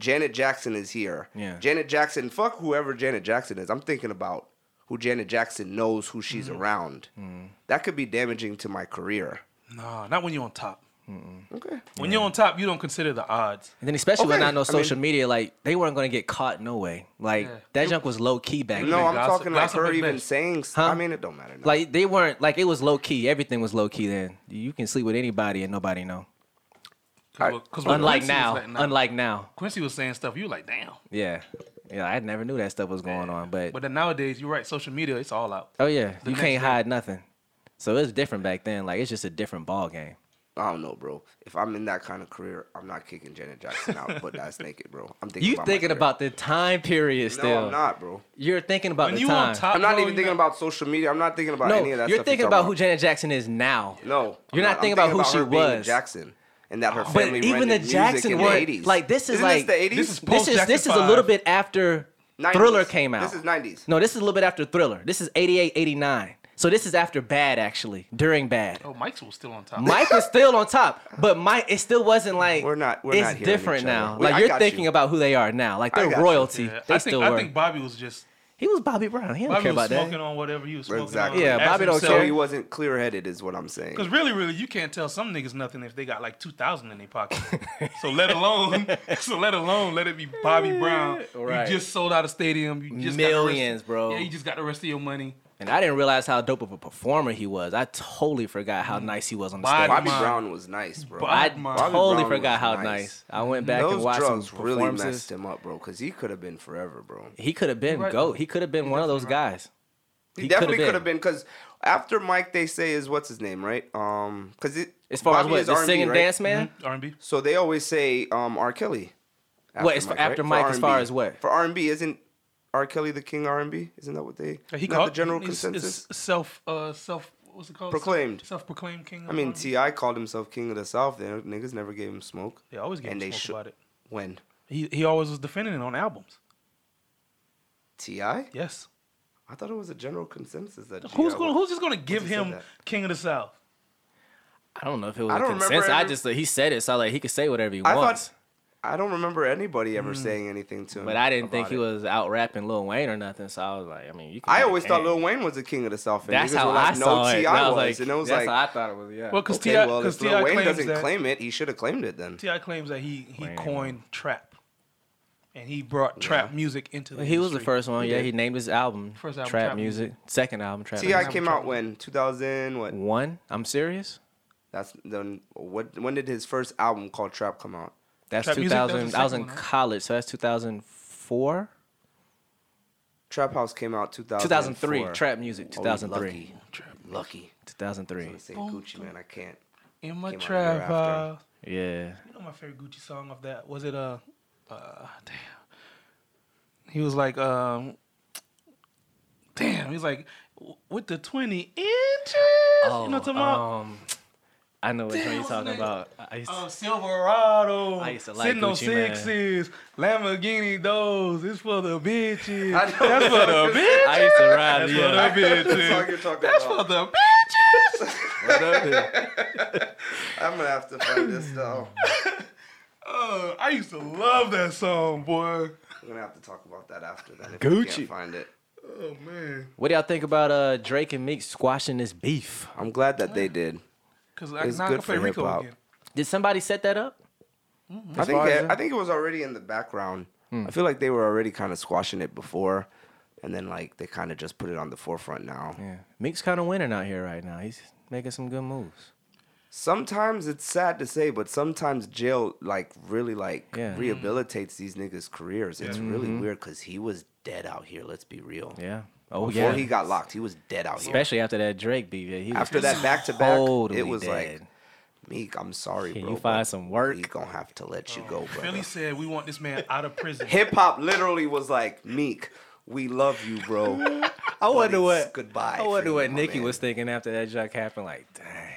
Janet Jackson is here,
Mm-hmm. Yeah.
Janet Jackson, fuck whoever Janet Jackson is. I'm thinking about who Janet Jackson knows, who she's
Mm-hmm.
around. That could be damaging to my career.
nah, not when you're on top.
Okay.
When you're on top, you don't consider the odds.
and then especially when
Okay,
I know
I
social
mean-
media, like they weren't gonna get caught no way. Like
Yeah.
that junk was low key back
No,
then.
I'm
gossip-
talking like
gossip
her
is
even
best.
saying. s-
Huh?
I mean, it don't matter. Now.
Like they weren't like it was low key. Everything was low key then. You can sleep with anybody and nobody know.
Because
Unlike now. Unlike now.
Quincy was saying stuff, you were like, damn.
Yeah. Yeah, I never knew that stuff was going on. But,
But then nowadays, you're right. Social media, it's all out.
oh yeah, you
next
can't
day-
hide nothing. So it's different back then. Like it's just a different ball game.
I don't know, bro. If I'm in that kind of career, I'm not kicking Janet Jackson out, but that's naked, bro. I'm thinking.
You
about my
thinking
career.
about the time period
No,
still.
I'm not, bro.
You're thinking about
When
the
you
time.
on top,
I'm not
bro,
even
you
thinking
know-
about social media. I'm not thinking about
no,
any of that
you're
stuff
thinking
talking
about who Janet Jackson is now.
No,
You're
I'm
not thinking about who
I'm
she
her being in
was.
Jackson, and that her
But
family
even the
rented music
Jackson
in
were-
the 80s.
like, this is
Isn't
like-
this the 80s.
This
This is
is Post-Jackson
this is a
five.
little bit after
90s.
Thriller came out.
This is 90s.
No, this is a little bit after Thriller. This is 88, 89. So this is after Bad actually, during Bad.
Oh, Mike's was still on top.
Mike was still on top, but Mike it still wasn't like
We're not- we're
it's
not hearing
different
each other.
now.
Wait,
like
I
you're
got
thinking
you.
about who they are now. Like they're
got you.
royalty.
Yeah,
They
I,
still
think,
were.
I think Bobby was just.
he was Bobby Brown. He don't
Bobby
care
was
about
smoking
that.
on whatever he was smoking
Exactly.
on.
Yeah,
asking
Bobby don't
himself-
So
care.
he wasn't clear-headed, is what I'm saying.
Because really, really, you can't tell some niggas nothing if they got like two thousand in their pocket. so let alone, so let alone, let it be Bobby Brown.
Right.
You just sold out a stadium. You just got the rest-
Millions, bro.
Yeah, you just got the rest of your money.
And I didn't realize how dope of a performer he was. I totally forgot
Mm.
how nice he was on the
Body
stage.
Bobby
Mine.
Brown was nice, bro.
Bobby
I
Brown
totally
was
forgot how nice.
nice.
I went back and
Those
watched some
drugs really
performances.
messed him up, bro. Because he could have been forever, bro.
he could have been
You're right,
goat.
though.
He could have been one of those
definitely
guys.
He,
He coulda
definitely
been.
could have been. Because after Mike, they say is what's his name, right? Um, because it
As far
Bobby
as
is
what the
R&B,
singing
right?
dance man.
Hmm? R and B.
So they always say um, R. Kelly.
What, as- after
For
Mike, as far
R&B.
as what?
For R and B, isn't R. Kelly the king R and B? Isn't that what they?
He
He
called
the general
it's-
consensus.
It's self, uh, self. What's it called?
Proclaimed.
Self proclaimed king.
I mean, Ti called himself king of the South. Then niggas never gave him smoke.
They always gave
and
him
they
smoke
should-
about it.
When
He he always was defending it on albums.
Ti? I
Yes.
thought it was a general consensus that. G.I.
Who's gonna
was-
Who's just gonna give
just said
him
that.
King of the South?
I don't know if it was
I
a
don't remember
consensus. I
every-
just he said it, so like he could say whatever he
I
wants.
thought. I don't remember anybody ever saying anything to him.
Hmm. but I didn't think
about
he
it.
was out rapping Lil Wayne or nothing. So I was like, I mean, you. Can
I always thought Lil Wayne was the king of the South. And
That's
niggas
how
were
I
like,
saw
no,
it.
Ti
And I was
was,
like,
and it was
that's
like,
how I thought it was. Yeah.
Well, because
okay,
Ti
well,
because
if
Ti
Lil Wayne
claims
doesn't
that
claim it, he should have claimed it then.
Ti claims that he he
Wayne.
coined trap, and he brought trap music into the.
he was the
industry.
first one. Yeah, he named his album,
First album,
Trap
Trap
Music. Second album, Trap
Ti
Music.
came out when 2000 what?
One. I'm serious.
That's then what when did his first album called Trap come out?
That's
Trap Music, that was
2000.
the
I was in
second one, huh?
college, so that's 2004,
Trap House came out 2004.
2003. Trap Music,
Oh,
2003,
lucky. Lucky.
2003.
I'm saying Gucci man, I can't.
in my
Came out a year
trap
after.
house.
Yeah.
You know my favorite Gucci song of that was it? Uh, uh damn. He was like, um, damn. He was like, w- with the twenty inches. you know what I'm talking about?
um, I know what
Damn,
you're
what's
talking
the name?
about. I used to,
Uh, Silverado.
oh. I used to like
sitting on
Gucci Mane.
sixes, Lamborghini those. It's for the bitches.
I know
That's for
Oh,
the bitches.
I used to ride.
For
yeah.
the bitches.
you're talking
That's for the bitches.
I'm gonna have to find this though.
Uh, I used to love that song, boy.
I'm gonna have to talk about that after that. If
Gucci.
Gucci. Can't find it.
Oh man.
What do y'all think about uh, Drake and Meek squashing this beef?
I'm glad that they did.
Cause I,
It's
now I
good
can play
for
Rico
hip-hop.
again.
Did somebody set that up?
I think
far as
it,
that-
I think it was already in the background.
Hmm.
I feel like they were already kind of squashing it before, and then like they kind of just put it on the forefront now.
Yeah. Meek's kind of winning out here right now. He's making some good moves.
Sometimes it's sad to say, but sometimes jail like really like
Yeah. Mm. Mm-hmm.
rehabilitates these niggas' careers. It's really weird because he was dead out here. Let's be real.
Yeah. Oh
Before
yeah.
he got locked, he was dead out here.
Especially after that Drake beef. Yeah, he was
After that back to back,
totally
it was
dead.
like Meek, I'm sorry,
Can
bro.
you find
but
some work?
We gonna have to let you go, bro.
Philly said we want this man out of prison.
Hip hop literally was like Meek, we love you, bro.
I wonder
But "Oh, it's
what
goodbye
I
for
wonder
you,
what
my
Nikki
man.
was thinking after that junk happened. Like, dang.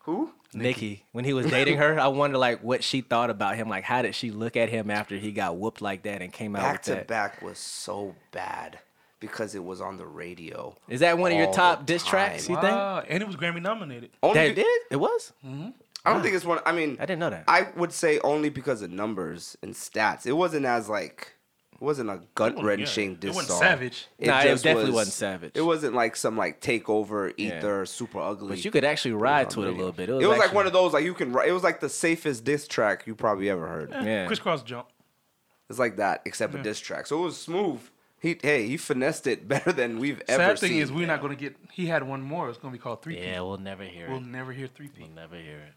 Who?
Nikki, when he was dating her, I wonder like what she thought about him. Like, how did she look at him after he got whooped like that and came out
Back
with
to
that?
back was so bad because it was on the radio.
Is that one of
all
your top
the
diss tracks?
time.
You think
Wow, and it was Grammy nominated.
Only
that
be-
did? It was.
I don't think it's one. I mean,
I didn't know that.
I would say only because of numbers and stats. It wasn't as like, it wasn't a gut wrenching
yeah, it
diss
wasn't
song.
savage.
Nah, it
just
definitely wasn't savage.
It wasn't like some like takeover
Yeah.
ether super ugly.
But you could actually ride to it a little bit. It was,
like one of those like you can. ri- It was like the safest diss track you probably ever heard.
the yeah.
Crisscross jump.
It's like that, except a diss track. So it was smooth. He hey, he finessed it better than we've ever
Sad
seen.
thing is, we're not gonna get. He had one more. It's gonna be called three.
Yeah, we'll never hear
We'll
it.
never hear three P.
We'll never hear it.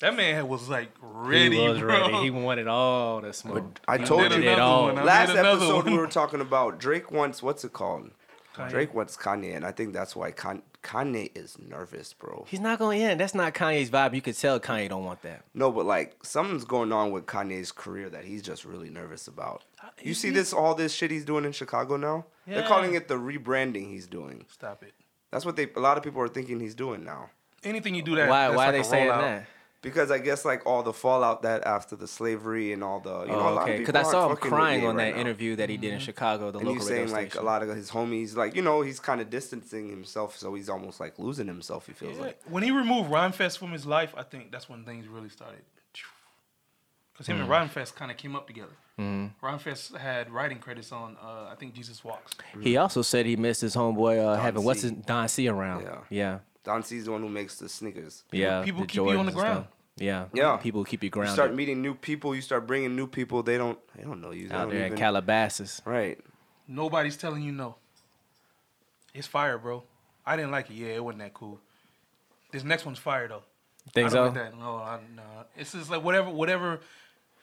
That man was like ready,
he was
bro.
ready. He wanted all the smoke.
I
He
told
wanted
you.
it
Another
all.
one, huh? I
Last
made another
episode we
one.
were talking about Drake wants what's it called?
Kanye.
Drake wants Kanye, and I think that's why Kan- Kanye is nervous, bro.
He's not going. Yeah, that's not Kanye's vibe. You could tell Kanye don't want that.
No, but like something's going on with Kanye's career that he's just really nervous about. You
Uh, he-
see this all this shit he's doing in Chicago now? They're
Yeah.
calling it the rebranding he's doing.
Stop it.
That's what they a lot of people are thinking he's doing now.
Anything you do that.
why? Why
that's like
are they
a
saying
rollout.
that?
Because I guess like all the fallout that after the slavery and all the you know a
Oh,
lot
okay. Because
of people
I
aren't
saw him
fucking with
crying
me
on
right
that
now.
interview that he did in Chicago, the
And
local
he's saying
radio
like a
station.
lot of his homies like you know he's kind of distancing himself, so he's almost like losing himself. He feels
Yeah.
like
When he removed Rhymefest from his life, I think that's when things really started. Because him
Hmm.
and Rhymefest kind of came up together. Mm-hmm. Rhymefest had writing credits on, uh, I think, Jesus Walks.
He also said he missed his homeboy uh, having what's
C.
his Don C around.
Yeah.
Yeah,
Don C's the one who makes the sneakers.
yeah.
people
the
keep you on
Jordans
the
and stuff.
ground.
Yeah,
Yeah.
People keep you
You
grounded
start meeting new people. You start bringing new people. They don't. They don't know you. They
out
don't
there
even-
in Calabasas.
Right.
Nobody's telling you no. It's fire, bro. I didn't like it. Yeah, it wasn't that cool. This next one's fire though.
Think
I don't
so?
like that. No, I, no. It's just like whatever, whatever,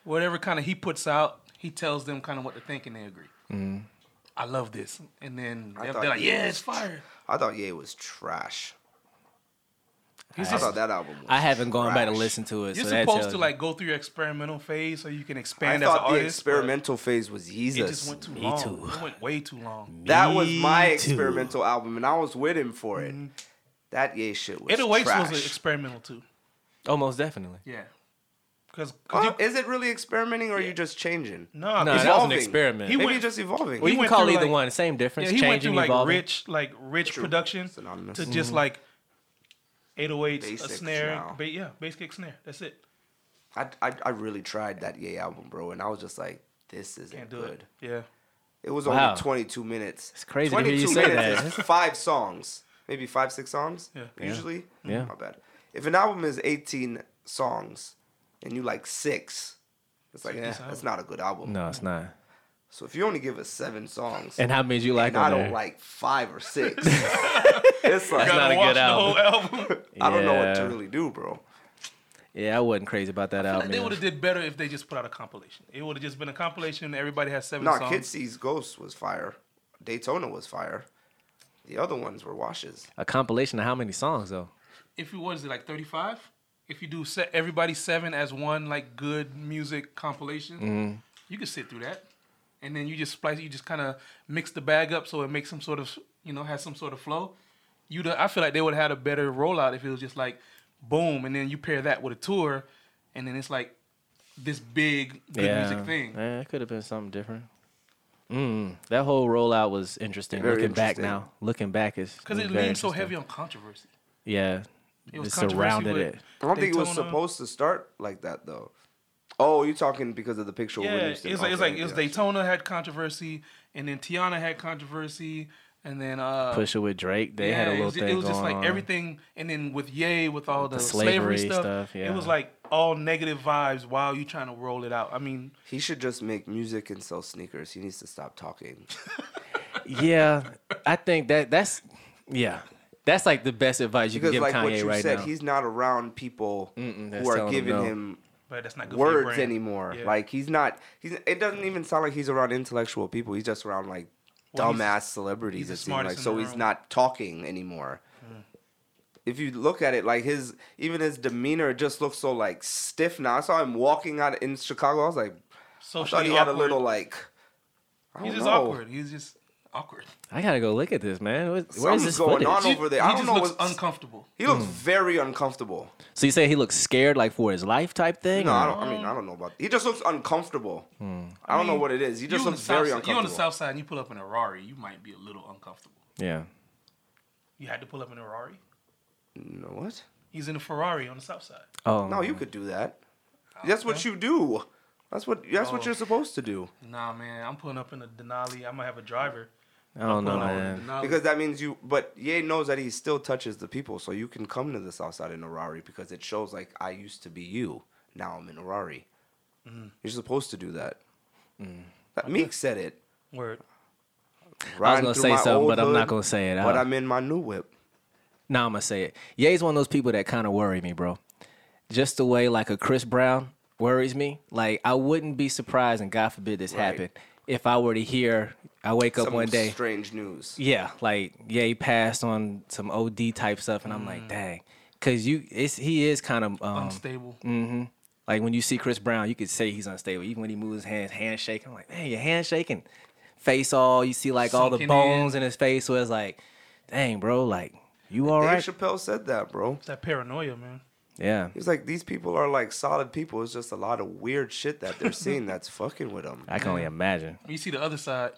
whatever kind of he puts out, he tells them kind of what to think and they agree.
Mm-hmm.
I love this, and then
I
they're,
thought
they're like,
he
"Yeah,
was
it's fire."
I thought Ye was trash.
He's
I
just-
thought that album. Was
I haven't gone back to
trash.
listen to it.
You're
so that
supposed
tells
to
you.
like go through your experimental phase so you can
I
expand as an
thought the
artist. but
experimental phase was Jesus.
It just went too long.
too.
It went way too long.
that was
Me
my
too. Mm-hmm.
experimental album, and I was with him for it. That Ye shit was
It Awakes
trash.
was experimental too.
almost definitely.
Yeah, because
Well, is Uh, it really experimenting, or are you just changing?
No,
no, it's
that was an
evolving.
experiment.
He
Well,
Maybe
went-
you're just evolving.
he
you can
went
call
through,
either
like-
one. the Same difference.
Yeah, he went
changing,
through like
evolving. Mm-hmm.
rich, like rich production
Synonymous.
to just like 808s, a
Basics
snare,
now.
ba- yeah, bass kick snare. That's it.
I, I I really tried that Ye album, bro, and I was just like, this isn't
Can't do
good.
it. Yeah,
It was
Wow.
only 22 minutes. It's
crazy to hear you say that.
five songs, maybe five, six songs,
Yeah.
Yeah.
usually.
Yeah.
My bad. If an album is 18 songs and you like six, it's like, eh,
Six
that's not a good album.
No, it's not.
So if you only give us seven songs and,
And how many do you like? on
I don't
there?
like five or six, it's like,
gotta
not a good
watch the
album.
whole album.
I don't know what to
Yeah.
really do, bro.
Yeah, I wasn't crazy about that album.
they
either.
would have did better if they just put out a compilation. It would have just been a compilation. Everybody has seven
Nah,
songs.
Kid Sees Ghost was fire. Daytona was fire. The other ones were washes.
A compilation of how many songs though?
if you what is it like 35 if you do set everybody seven as one like good music compilation
Mm-hmm.
you could sit through that and then you just splice you just kind of mix the bag up so it makes some sort of you know has some sort of flow you i feel like they would have had a better rollout if it was just like boom and then you pair that with a tour and then it's like this big good music thing
Yeah, it could have been something different. Mm, that whole rollout was interesting.
Very
Looking back
interesting.
now, looking back is
because
was
it
very
leaned so
interesting.
heavy on controversy
Yeah,
it was controversy
surrounded
with
it.
I don't think it was
Daytona.
supposed to start like that though. Oh, you talking because of the picture? of
Yeah, it's
Livingston.
like, it's
Okay,
like it was
yeah.
Daytona had controversy, and then Tiana had controversy, and then uh,
Push it with Drake. They had a
yeah,
little
it was, ju-
thing
it was just
going
like
on.
everything, and then with Ye, with all the,
the slavery
slavery, stuff,
stuff,
it
yeah.
was like all negative vibes while you trying to roll it out. I mean,
He should just make music and sell sneakers. He needs to stop talking.
Yeah, I think that that's yeah, that's like the best advice you
Because
can give
like
Kanye
what you
right
said,
now.
he's not around people
that's
who are
telling him
giving
no.
him
but that's not good for your
words
brand.
anymore.
Yeah.
Like he's not. He's. It doesn't even sound like he's around intellectual people. He's just around like
Well, he's-
dumbass celebrities.
he's the
It seems like
smartest in
so
the
he's
room. Hmm.
not talking anymore. If you look at it, like his even his demeanor just looks so like stiff now. I saw him walking out in Chicago. I was like, I
socially
thought he
awkward.
had a little like. I
he's
don't
just
know.
awkward. He's just awkward.
I gotta go look at this, man. What, where is
Something's
this
going
footage?
on over there.
He
I don't
just
know
looks
what's-
uncomfortable.
He looks very uncomfortable.
So you say he looks scared, like for his life type thing?
No,
or-
I don't. I mean, I don't know about. He just looks uncomfortable. I don't know what it is. He just
you on
looks
the
very
south side-
uncomfortable.
You on the south side and you pull up in a Rari, you might be a little uncomfortable.
Yeah.
You had to pull up in a Rari.
No, what?
He's in a Ferrari on the south side.
Oh.
No, you could do that. That's what you do. That's what. That's what
Oh.
you're supposed to do.
Nah, man, I'm pulling up in a Denali. I might have a driver.
I don't know,
Pulling up in a
man.
Denali.
Because that means you. But Ye knows that he still touches the people, so you can come to the south side in a Rari because it shows like I used to be you. Now I'm in a Rari. You're supposed to do that. That Meek said it.
Word.
I was
Riding
gonna
through
say
my
something,
old
but I'm
hood,
not gonna say it.
But
Out.
I'm in my new whip.
Now I'm gonna say it. Ye's one of those people that kind of worry me, bro. Just the way like a Chris Brown worries me. Like I wouldn't be surprised, and God forbid this
Right.
happened, if I were to hear I wake up
Some
one day.
strange news.
Yeah, like Ye passed on some OD type stuff, and I'm
Mm.
like, dang, because you, it's he is kind of um,
Unstable.
Like when you see Chris Brown, you could say he's unstable. Even when he moves his hands, hands shaking. I'm like, man, your hands shaking. Face all, you see like all the
Sunken in.
bones in his face. So it's like, dang, bro, like, you all
Dave
right?
Chappelle said that, bro.
That paranoia, man.
Yeah.
He's like, these people are like solid people. It's just a lot of weird shit that they're seeing that's fucking with them.
I can only imagine,
You see the other side.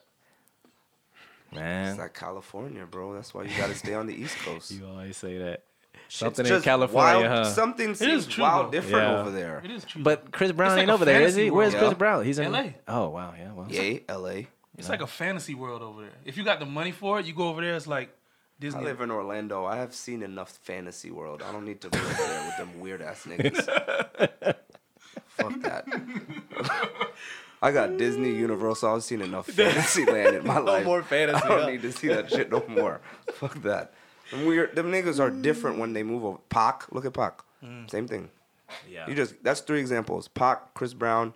man.
It's like California, bro. That's why you gotta stay on the East Coast.
you always say that.
Shit's
Something in
just
California, huh?
wild- Something seems
true,
wild
though.
different
Yeah.
over there.
It is true.
But Chris Brown
It's like
ain't
a
over there, is
fantasy
he? Where's
world.
Chris
Yeah.
Brown? He's in
LA.
Oh wow, yeah. Well,
Yay, LA.
it's like a fantasy world over there. If you got the money for it, you go over there. It's like
I
Disney.
live in Orlando. I have seen enough fantasy world. I don't need to go over there with them weird ass niggas. Fuck that. I got Disney, Universal. I've seen enough fantasy land in my life.
more fantasy,
I don't
huh?
need to see that shit no more. Fuck that. Them weird. Them niggas are different when they move over. Pac, look at Pac.
Mm.
Same thing.
yeah.
You just that's three examples: Pac, Chris Brown,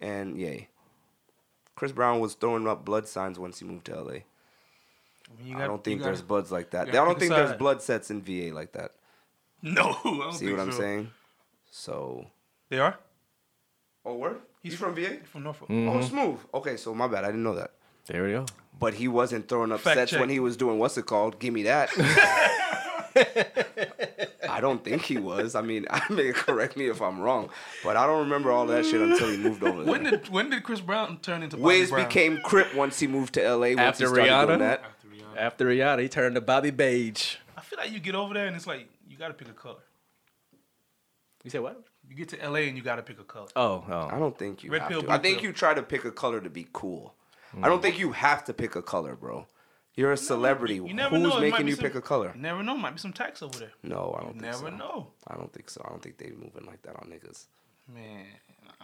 and Ye. Chris Brown was throwing up blood signs once he moved to LA.
mean, you
I
got-
don't think
you
there's
got-
bloods like that.
you
I
gotta
don't
pick
think
a
there's
side.
blood sets in VA like that.
No, I don't
See
think
what I'm
so.
saying? So.
They are
Oh, word? He's
He's-
from VA?
from Norfolk.
Mm.
Oh, smooth. Okay, so my bad. I didn't know that.
There we go.
But he wasn't throwing up
Fact
sets
check.
when he was doing what's it called? Give me that. I don't think he was. I mean, I may correct me if I'm wrong, but I don't remember all that shit until he moved over there.
When did when did Chris Brown turn into Bobby
Wiz
Brown?
became Crip once he moved to LA. Once
After
he started
Rihanna?
doing that.
After Rihanna.
After Rihanna, he turned to Bobby Beige.
I feel like you get over there and it's like you got to pick a color.
You said what?
You get to LA and you got to pick a color.
Oh,
I
oh.
don't think you
Red
have
pill,
to.
blue
I think
pill.
you try to pick a color to be cool. I don't think you have to pick a color, bro. You're a celebrity.
You never
Who's
know. it might
making
be
you
some-
pick a color?
You never know. Might be some tax over there.
No, I don't
You
think
never
so.
know,
I don't think so. I don't think they moving like that on niggas.
man.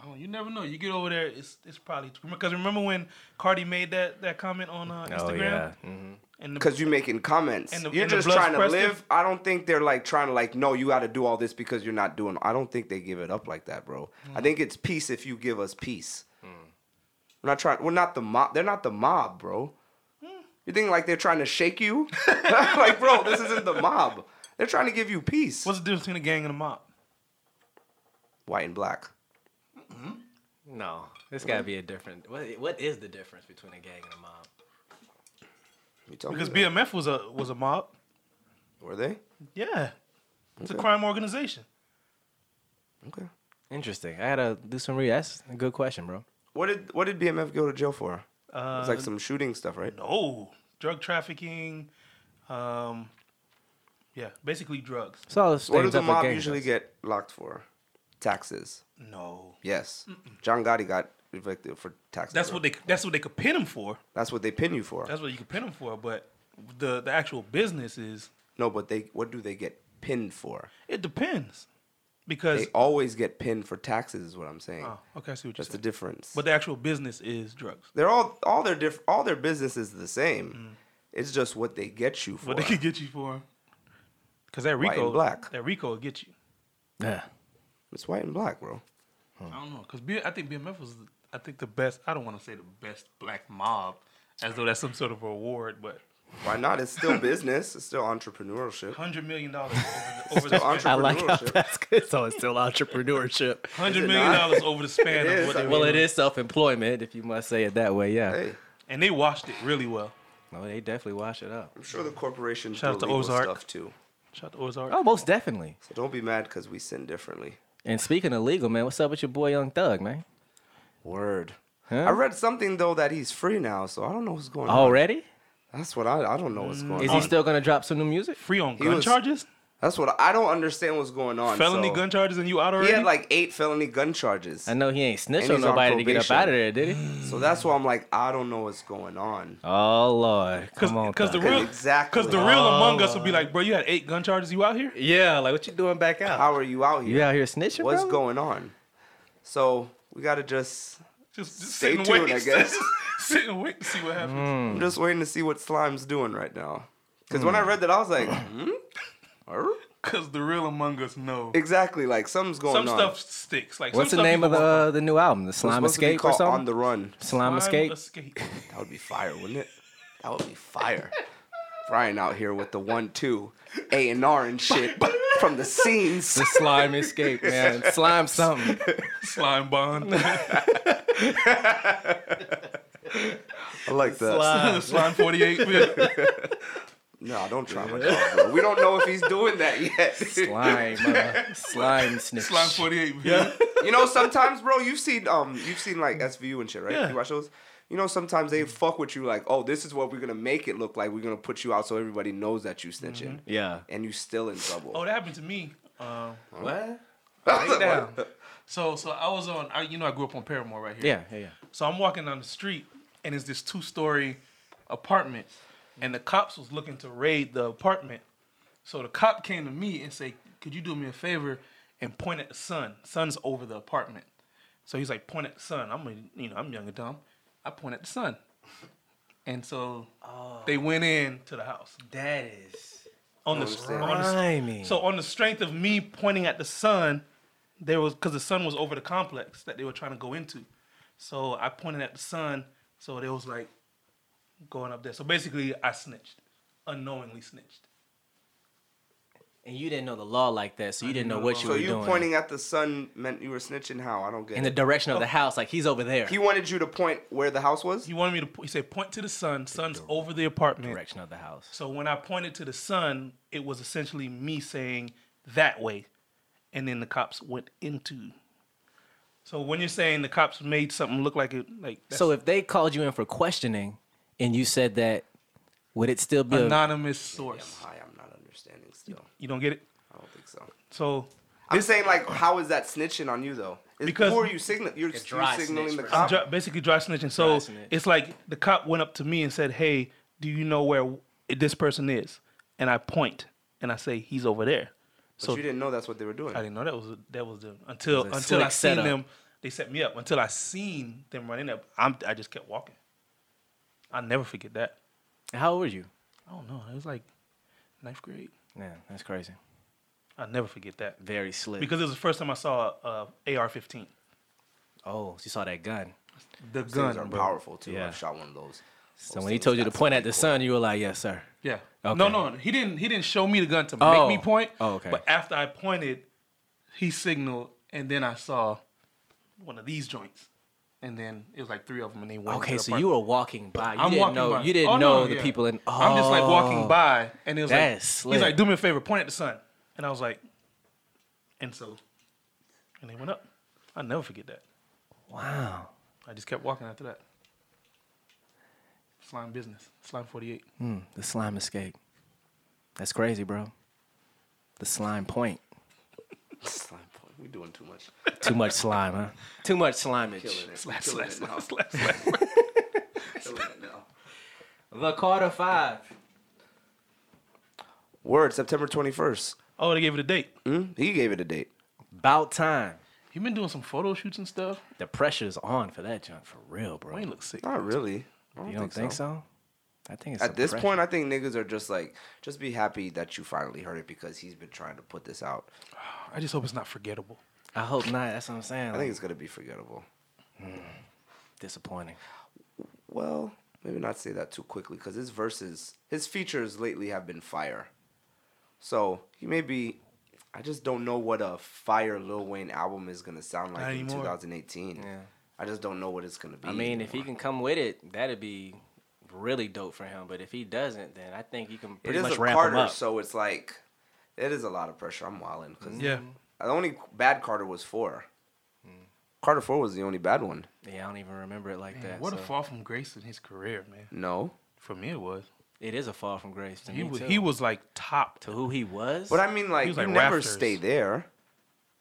I don't, you never know. You get over there, it's it's probably because remember when Cardi made that that comment on uh, Instagram?
Oh, yeah.
And the,
Because you making comments.
And the-
you're
and the
just
blood's
trying to
pressed in.
live. I don't think they're like trying to like, no, you got to do all this because you're not doing. I don't think they give it up like that, bro.
Mm.
I think it's peace if you give us peace. We're not trying. We're not the mob. They're not the mob, bro.
Hmm.
You think like they're trying to shake you? like, bro, this isn't the mob. They're trying to give you peace.
what's the difference between a gang and a mob?
White and black.
No, it's gotta be a different. What, what is the difference between a gang and a mob?
You tell me
Because
that.
BMF was a was a mob.
were they?
Yeah, it's a
Okay.
crime organization.
Okay.
Interesting. I gotta do some read. That's a good question, bro.
What did what did BMF go to jail for?
Uh,
It's like some shooting stuff, right?
no drug trafficking. Um, yeah, basically drugs.
So
What does the mob usually get locked for? Taxes.
No,
Yes. John Gotti got evicted for taxes.
that's
bro.
what they that's what they could pin him for.
That's what they pin you for.
That's what you could pin him for. But the the actual business is
No, but they what do they get pinned for?
it depends because
They always get pinned for taxes, is what I'm saying.
oh, okay, I see what you're
That's the
saying.
difference.
But the actual business is drugs.
they're all all their diff, all their business is the same. It's just what they get you for.
Mm. What they could get you for? Because that
White and
Rico,
black.
that Rico will get you.
Yeah.
it's white and black, bro. Hmm.
I don't know. Cause B, I think BMF was, I think the best. I don't want to say the best black mob, as though that's some sort of reward, but
Why not? It's still business. It's still entrepreneurship.
hundred million dollars over the, over the
I
entrepreneur.
span.
like how
Entrepreneurship.
that's good. So it's still entrepreneurship.
Hundred
it
million
not?
dollars over the
It
span of
is,
what
I
they
mean-
well, it is self-employment if you must say it that way. Yeah.
Hey,
and they washed it really well.
No, they definitely wash it up.
I'm sure the corporations Shout
Shout out to
do legal
Ozark.
stuff too.
Shout out to Ozark.
Oh, most definitely.
So don't be mad because we sin differently.
And speaking of legal, man, what's up with your boy Young Thug, man?
Word.
Huh? Oh,
I read something though that he's free now, so I don't know what's going on.
Already?
That's what I I don't know what's going
Is
on.
he still gonna drop some new music?
Free on
He
gun
was
charges?
That's what I, I don't understand what's going on.
Felony
so-
gun charges and you out already?
He had like eight felony gun charges.
I know he ain't snitch
And
on
he's on
nobody to get up
probation.
out of there, did he?
So that's why I'm like, I don't know what's going on.
Oh lord, come on,
because the
Thug.
real,
Exactly. Oh.
Because the real among us would be like, bro, you had eight gun charges. You out here?
yeah, like what you doing back out?
How are you out here?
You out here snitching?
What's
brother?
going on? So we gotta just
Just, just
Stay
sit and
tuned,
wait.
I guess.
sit and wait to see what happens.
Mm. Hmm.
I'm just waiting to see what slime's doing right now. Because when I read that, I was like, hmm? Er?
Because the real among us know.
exactly. Like something's going
Some
on.
stuff sticks. Like
What's
some
the
stuff
name of the
people
uh, the new album? The
It's
Slime
supposed to be
Escape or
called
something?
On the Run.
Slime
want-
Escape.
escape.
That would be fire, wouldn't it? That would be fire. Brian out here with the one two A and R and shit from the scenes.
The Slime Escape, man. Slime something.
Slime bond.
I like that.
Slime 48.
No, don't try my dog, bro. We don't know if he's doing that yet.
Slime, uh, slime snitch.
Slime 48. Yeah.
You know, sometimes, bro, you've seen um, you've seen like SVU and shit, right?
Yeah.
You watch those. You know, sometimes they fuck with you like, oh, this is what we're gonna make it look like. We're gonna put you out so everybody knows that you snitching,
Mm-hmm. Yeah.
and you still in trouble.
Oh, that happened to me. Um,
What?
right down. So, so I was on. I, you know, I grew up on Paramore right here.
Yeah, yeah, yeah.
So I'm walking down the street, and it's this two-story apartment, and the cops was looking to raid the apartment. So the cop came to me and say, "Could you do me a favor and point at the sun? Sun's over the apartment." So he's like, "Point at the sun." I'm, a- you know, I'm young and dumb. I point at the sun, and so they went in to the house
Oh. That is.
on the, on the
Slimy.
so on the strength of me pointing at the sun, there was because the sun was over the complex that they were trying to go into. So I pointed at the sun, so they was like going up there. So basically, I snitched, unknowingly snitched.
and you didn't know the law like that, so you didn't know
know
what
the
you
so
were
you
doing.
pointing at the sun meant you were snitching? How? I don't get.
in the
it.
direction of the house, like he's over there.
he wanted you to point where the house was.
He wanted me to. po- He said, "Point to the sun. Sun's over the apartment."
direction of the house.
So when I pointed to the sun, it was essentially me saying that way, and then the cops went into. So when you're saying the cops made something look like it, like that's
So if they called you in for questioning, and you said that, would it still be? A,
anonymous source,
Hi, I'm not understanding. Still,
you don't get it.
I don't think so.
So
I'm saying like, how is that snitching on you though? It's,
Because-
who are you signaling? You're,
It's
you're
dry
signaling
snitch,
the
bro.
cop.
dry, basically dry snitching. So
Dry snitch.
it's like the cop went up to me and said, "Hey, do you know where this person is?" And I point and I say, "He's over there."
But
So
you didn't know that's what they were doing.
I didn't know that was that was them until
was a
until I
slick
seen
setup.
them. They set me up until I seen them running up. I'm, I just kept walking. I'll never forget that.
how old were you?
I don't know. It was like ninth grade.
Yeah, that's crazy.
I'll never forget that
Very slick.
because it was the first time I saw a, AR-15.
oh, you saw that gun.
The
Those things are
gun, bro.
powerful too.
Yeah.
I've shot one of those.
Oh, So
Those
when he
things
told you to
got
point at
something
the sun, you were like, "Yes, sir."
Yeah.
Okay.
No, no, he didn't. He didn't show me the gun to make
Oh.
me point.
Oh, okay.
But after I pointed, he signaled, and then I saw one of these joints, and then it was like three of them, and they went.
Okay,
into the
so you
apartment.
were walking by. You
I'm
didn't
walking
know.
by.
You didn't
Oh,
know
no,
the
yeah.
people in. Oh,
I'm just like walking by, and it was
That
like
is
he's
slick.
like, "Do me a favor, point at the sun," and I was like, and so, and they went up. I'll never forget that.
Oh, Wow.
I just kept walking after that. Slime business, slime forty eight.
Hmm, the slime escape. That's crazy, bro. The slime point.
Slime point. We doing too much.
Too much slime, huh? Too much slimage.
Killing it.
Slash,
Killing
slash,
it now.
slash, slash, slash.
Killing it now.
The quarter five.
Word September 21st.
Oh, they gave it a date.
Hmm? He gave it a date.
About time.
He been doing some photo shoots and stuff.
The pressure's on for that junk for real, bro.
Wayne
You
looks sick.
Not really. I don't
don't
think, so.
I think it's
At
the
this
pressure.
point, I think niggas are just like, just be happy that you finally heard it because he's been trying to put this out.
I just hope it's not forgettable.
I hope not. That's what I'm saying.
I think it's gonna be forgettable.
disappointing.
Well, maybe not say that too quickly because his verses, his features lately have been fire. So he may be. I just don't know what a fire Lil Wayne album is gonna sound like
Not
in
anymore.
2018.
Yeah.
I just don't know what it's gonna be.
I mean, if he
anymore.
can come with it, that'd be really dope for him. But if he doesn't, then I think you can
It
pretty
is
much
a
ramp him
Carter,
up.
so it's like it is a lot of pressure. I'm wilding because
Yeah.
the only bad Carter was four.
Hmm.
Carter four was the only bad one.
yeah, I don't even remember it like
Man,
that.
what
so.
a fall from grace in his career, man.
No,
For me, it was.
It is a fall from grace to
He
me
was,
too.
he was like top.
to who he was.
but I mean like,
He
you
was like
never
rafters.
stay there.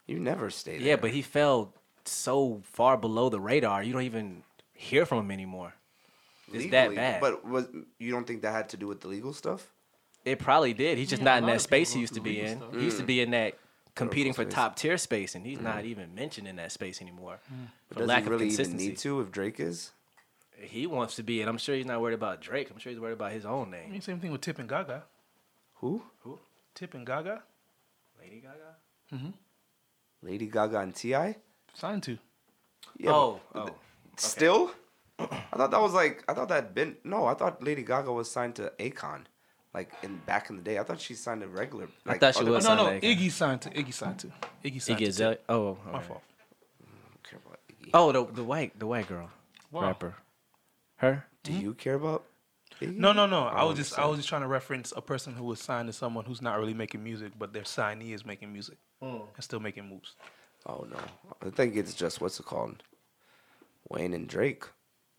You never stay there.
yeah, but he fell so far below the radar. You don't even hear from him anymore. It's that
Legally,
bad.
But was you don't think that had to do with the legal stuff?
It probably did. He's just
Yeah, a
not in
lot
that
of
space
people
he
go
used to
through
be
legal
in.
stuff.
He used to be in that competing for
space. Mm.
top tier space, and he's not even mentioned in that space anymore for
Does
lack
he really
of
even
consistency.
need to if Drake is?
He wants to be, and I'm sure he's not worried about Drake. I'm sure he's worried about his own
I
name.
mean, same thing with Tip and Gaga.
Who?
Tip and Gaga
Lady Gaga.
Lady Gaga and Ti?
signed to.
Yeah,
oh,
but-
oh,
Still? I thought that was like I thought that been no, I thought Lady Gaga was signed to Akon. Like in back in the day. I thought she signed a regular like,
thought she
other-
was
no, no,
Sunday,
Iggy signed to. Iggy signed to. Iggy signed
Iggy
to. Tip.
Azalea. Oh,
My
okay.
fault.
I don't care about Iggy.
Oh, the the white the white girl
Wow.
rapper, her.
Do you care about Iggy? Oh,
No, no, no. I was just, I was just trying to reference a person who was signed to someone who's not really making music, but their signee is making music and still making moves.
Oh no. I think it's just what's it called? Wayne and Drake.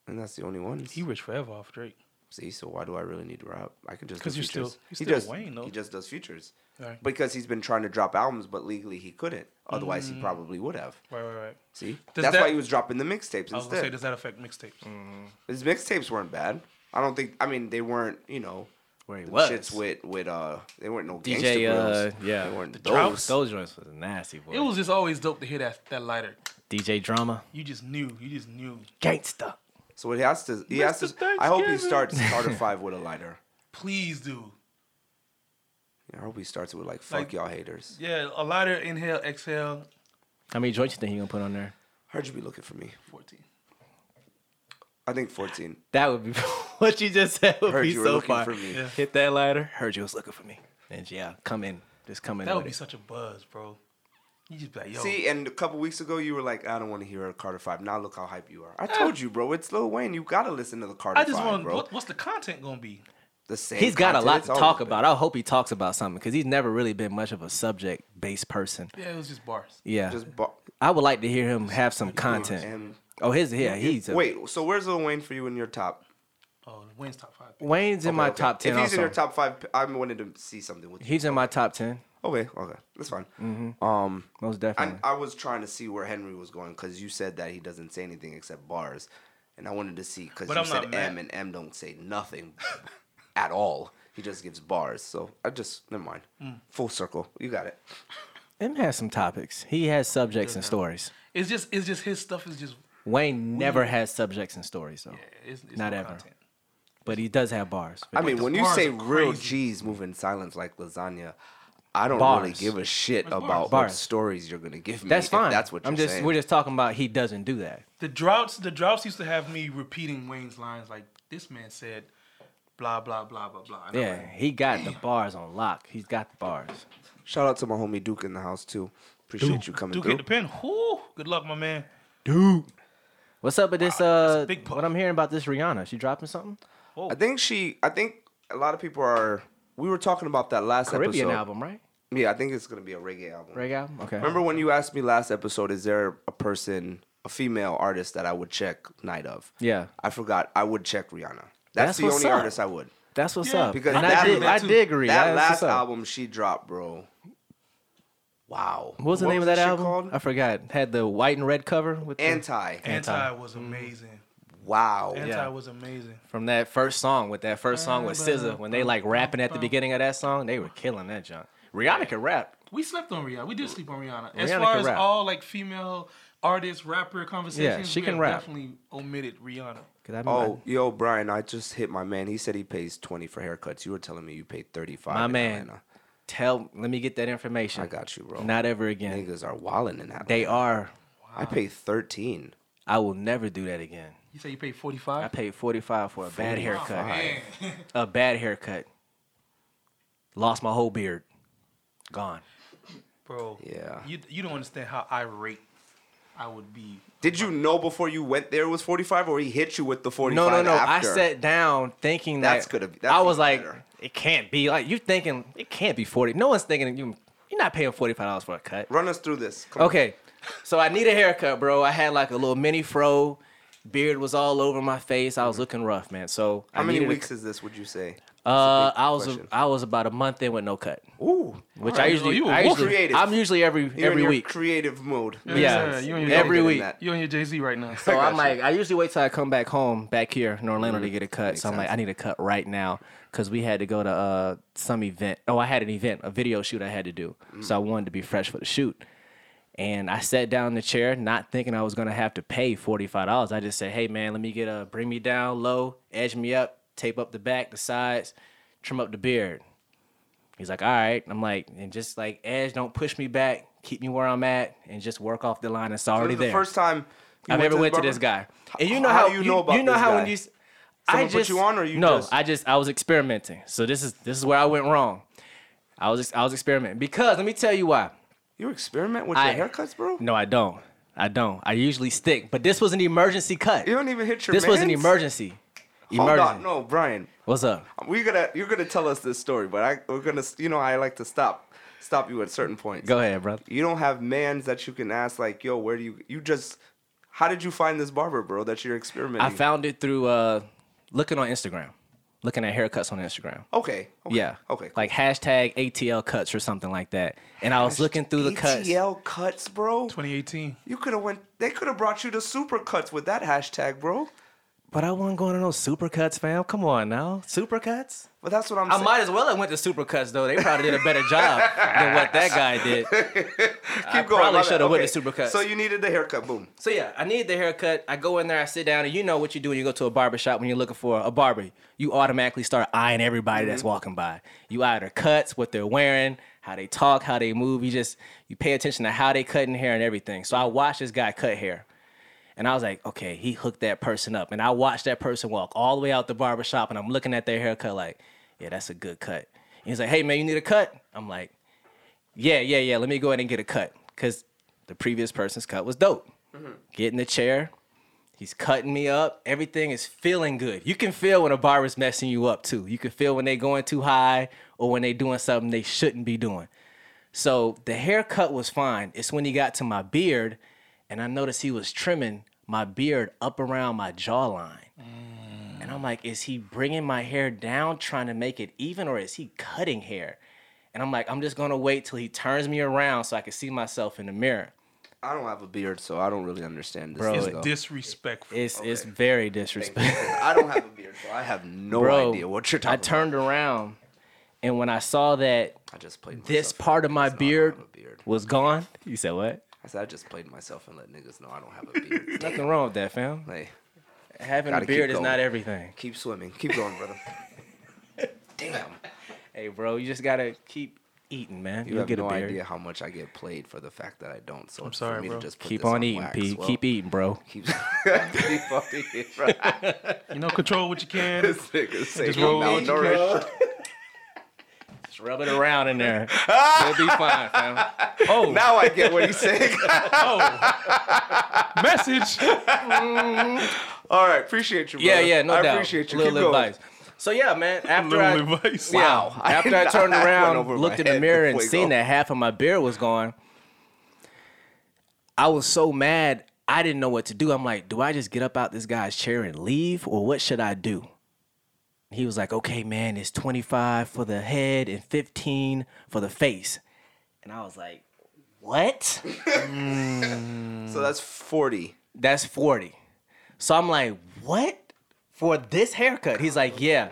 And that's the only ones.
He rich forever off Drake.
See, so why do I really need to rap? I could just
'Cause
do
you're still-
features.
you're
he
still
just
Wayne, though.
he just does features
Right.
because he's been trying to drop albums, but legally he couldn't. Otherwise, he probably would have.
Right, right, right.
See,
Mm. Does
that's
that-
why he was dropping the mixtapes
I was gonna say,
instead.
does that affect mixtapes?
His mixtapes weren't bad. I don't think. I mean, they weren't. You know,
Where he
the
was.
shits with with uh, they weren't no
DJ,
gangsta
uh,
grills.
yeah,
they weren't
those
those.
those joints was nasty. Boy.
It was just always dope to hear that that lighter.
DJ Drama,
You just knew. You just knew.
gangsta.
So he has to. He has
Mr.
to. I hope he
Thanksgiving.
starts Carter Five with a lighter.
Please do.
I hope he starts with like fuck
Like-
y'all haters.
Yeah, a lighter. Inhale, exhale.
How many joints you think he gonna put on there?
Heard you be looking for me.
Fourteen.
I think fourteen.
That would be what you just said would
Heard
be
you were
so
looking
far.
for me.
Yeah.
Hit that ladder. Heard you was looking for me. And yeah, come in. Just come in.
That
with
would be
it.
such a buzz, bro. You just be like, yo.
See, and a couple weeks ago you were like, I don't want to hear a Carter Five. Now look how hype you are. I told you, bro. It's Lil Wayne. You gotta listen to the Carter
I just
Five,
want.
bro.
What, what's the content gonna be?
The same.
He's got a
content
lot
it's
to
always
talk
been.
about. I hope he talks about something because he's never really been much of a subject based person.
Yeah, it was just bars.
Yeah,
Just bo-
I would like to hear him have some content.
and
Oh, his yeah, he's a,
wait. So where's Lil Wayne for you in your top?
Oh, Wayne's top five.
Wayne's in my
Okay, okay.
top ten.
If he's
also.
in your top five, I wanted to see something with you.
He's in my top ten,
Okay, okay, that's fine.
Mm-hmm.
Um,
most
I,
definitely.
I was trying to see where Henry was going because you said that he doesn't say anything except bars, and I wanted to see because
But
you
I'm not
said
mad.
M and M don't say nothing at all. He just gives bars. So I just never mind.
Mm.
Full circle. You got it.
M has some topics. He has subjects and stories.
It's just, it's just his stuff is just.
Wayne never has subjects and stories though,
Yeah, it's, it's
Not
no
ever.
Content.
but he does have bars.
I mean,
the
when you
bars
say
are
real
crazy.
G's move in silence like lasagna, I don't really
Bars.
give a shit
Where's
about
bars?
what
Bars.
stories you're gonna give me.
that's
if
fine.
That's what you're
I'm just.
saying.
We're just talking about he doesn't do that.
The droughts, the droughts used to have me repeating Wayne's lines like, "This man said, blah blah blah blah blah." And I'm
Yeah,
like,
he got the bars on lock. He's got the bars.
Shout out to my homie Duke in the house too. Appreciate you coming
Duke
through.
hit the pin. Whoo! Good luck, my man.
What's up with this? Uh,
a big puff.
what I'm hearing about this Rihanna? She dropping something?
I think she. I think a lot of people are. We were talking about that last
Caribbean
episode.
album, right?
Yeah, I think it's gonna be a reggae album.
Reggae album. Okay.
Remember when you asked me last episode? Is there a person, a female artist that I would check Night of?
Yeah.
I forgot. I would check Rihanna. That's,
That's
the
what's
only
up.
artist I would.
That's what's
Yeah,
up.
Because
and
that-
I did.
that
I
too-
did agree.
That
That's what's
last
up.
album she dropped, bro. Wow.
What was the name of that
shit
album? I forgot. Had the white and red cover with the-
Anti.
Anti was amazing.
Wow.
Anti
Yeah.
was amazing.
from that first song with that first song with SZA when they like rapping at the beginning of that song, they were killing that junk. Rihanna could rap.
We slept on Rihanna. We did sleep on Rihanna. As
Rihanna
far
can
as
rap.
all like female artist rapper conversations,
Yeah, she
we
can
have
rap.
Definitely omitted Rihanna.
'Cause I-
Oh, yo, Brian, I just hit my man. He said he pays 20 for haircuts. You were telling me you paid 35
my
in
man,
Atlanta.
tell let me get that information.
I got you, bro.
Not ever again.
Niggas are wilding in that.
They are.
I pay 13.
I will never do that again.
You say you paid forty
I
five.
paid forty five for a bad haircut.
Man,
A bad haircut. Lost my whole beard. Gone.
bro.
Yeah.
You you don't understand how irate I would be.
Did you know before you went there it was 45, or he hit you with the 45?
No, no, no.
After?
I sat down thinking that
That's gonna be- that's
I was
gonna be
like,
better.
it can't be like you thinking it can't be forty. No one's thinking you. You're not paying forty five dollars for a cut.
Run us through this. Come on.
Okay, so I need a haircut, bro. I had like a little mini fro, beard was all over my face. I was looking rough, man. So
Mm-hmm. How
I
many
needed a-
weeks is this? Would you say?
uh,
big
I was
question.
I was about a month in with no cut,
Ooh,
which
Alright,
I
oh,
usually,
you a
I
wolf.
usually
Creative.
I'm usually every
You're in
every
your
week.
creative mode.
Yeah.
you and
Don't
Every
get in
week.
that.
You and your Jay Z right now.
So I'm
you.
like, I usually wait till I come back home, back here in Orlando to get a cut.
Mm-hmm. Makes
so I'm like,
sense.
I need a cut right now because we had to go to uh, some event. Oh, I had an event, a video shoot I had to do.
Mm.
So I wanted to be fresh for the shoot. And I sat down in the chair, not thinking I was gonna have to pay forty five dollars. I just said, "Hey man, let me get a bring me down low, edge me up, tape up the back, the sides, trim up the beard." He's like, "All right." I'm like, and just like edge, don't push me back, keep me where I'm at, and just work off the line. It's
This
already
is the
there.
first time you
I've ever
the
went to
barber?
this guy. And you
How-
know
how
how,
do you know about
you know
this
how
guy?
when you s-
Someone
I
put
just
you on or you
no,
just-
I just I was experimenting. So this is this is where I went wrong. I was ex- I was experimenting because let me tell you why.
You experiment with
I-
your haircuts, bro.
No, I don't. I don't. I usually stick, but this was an emergency cut.
You don't even hit your.
This was an
mans?
emergency.
Hold
Emergency.
on, no, Brian.
What's up?
We're gonna you're gonna tell us this story, but I we're gonna you know I like to stop stop you at certain points.
Go ahead, brother.
You don't have mans that you can ask like, yo, where do you you just how did you find this barber, bro? That you're experimenting.
I found it through uh, looking on Instagram, looking at haircuts on Instagram.
Okay. okay
Yeah.
Okay. cool.
Like hashtag ATL cuts or something like that. And I was looking through the cuts.
ATL cuts, bro.
2018.
You could have went. They could have brought you to super cuts with that hashtag, bro.
But I wasn't going to no supercuts, fam. Come on now. Supercuts?
But that's what I'm
I
saying.
might as well have went to supercuts though. They probably did a better job than what that guy did.
Keep
I
my
probably
bad.
should have went
Okay,
to supercuts.
So you needed the haircut. Boom.
So yeah, I need the haircut. I go in there, I sit down, and you know what you do when you go to a barber shop when you're looking for a barber. You automatically start eyeing everybody that's walking by. You eye their cuts, what they're wearing, how they talk, how they move. You just you pay attention to how they cutting hair and everything. So I watched this guy cut hair. And I was like, okay, he hooked that person up. And I watched that person walk all the way out the barber shop, and I'm looking at their haircut like, yeah, that's a good cut. And he's like, hey man, you need a cut? I'm like, yeah, yeah, yeah. Let me go ahead and get a cut because the previous person's cut was dope. Get in the chair. He's cutting me up. Everything is feeling good. You can feel when a barber's messing you up too. You can feel when they going too high or when they doing something they shouldn't be doing. So the haircut was fine. It's when he got to my beard, and I noticed he was trimming my beard up around my jawline. And I'm like, is he bringing my hair down, trying to make it even, or is he cutting hair? And I'm like, I'm just gonna wait till he turns me around so I can see myself in the mirror.
I don't have a beard, so I don't really understand this.
Bro,
stuff,
it-
though.
Disrespectful.
It's it's very disrespectful.
I don't have a beard, so I have no
Bro,
idea what you're
I
talking.
turned around, and when I saw that
about. I just played
this
myself
part
and
of my
let niggas know I
beard
don't have a beard.
was gone, you said what?
I said I just played myself and let niggas know I don't have a beard.
Nothing wrong with that, fam.
like,
Having
Gotta
a beard
keep
is
going.
not everything.
keep swimming, keep going, brother. Damn,
Hey, bro, you just gotta keep eating, man.
you
You'll
have
get
no
a beard.
idea how much I get played for the fact that I don't. So I'm
sorry,
for me
bro.
to just put
Keep
this
on eating,
wax,
Pete.
well,
Keep eating, bro.
Keep, keep on eating, bro.
You know, control what you can.
This nigga say
Just
I'm
roll with you,
malnourished.
Just rub it around in there. You'll be fine, fam.
Oh,
Now I get what he's saying.
message.
All right, appreciate you, brother.
Yeah, yeah, no
I
doubt.
appreciate you.
Little
keep going.
advice. So yeah, man. After I,
Little advice.
wow.
I
After
did
I
not-
turned
that went
around,
over
looked
my
in the
head
mirror, and
before you
seen
go.
that half of my beard was gone, I was so mad. I didn't know what to do. I'm like, do I just get up out this guy's chair and leave, or what should I do? He was like, okay, man, it's 25 for the head and 15 for the face. And I was like, what? Mm.
So that's 40.
That's 40. So I'm like, what? For this haircut? He's like, yeah.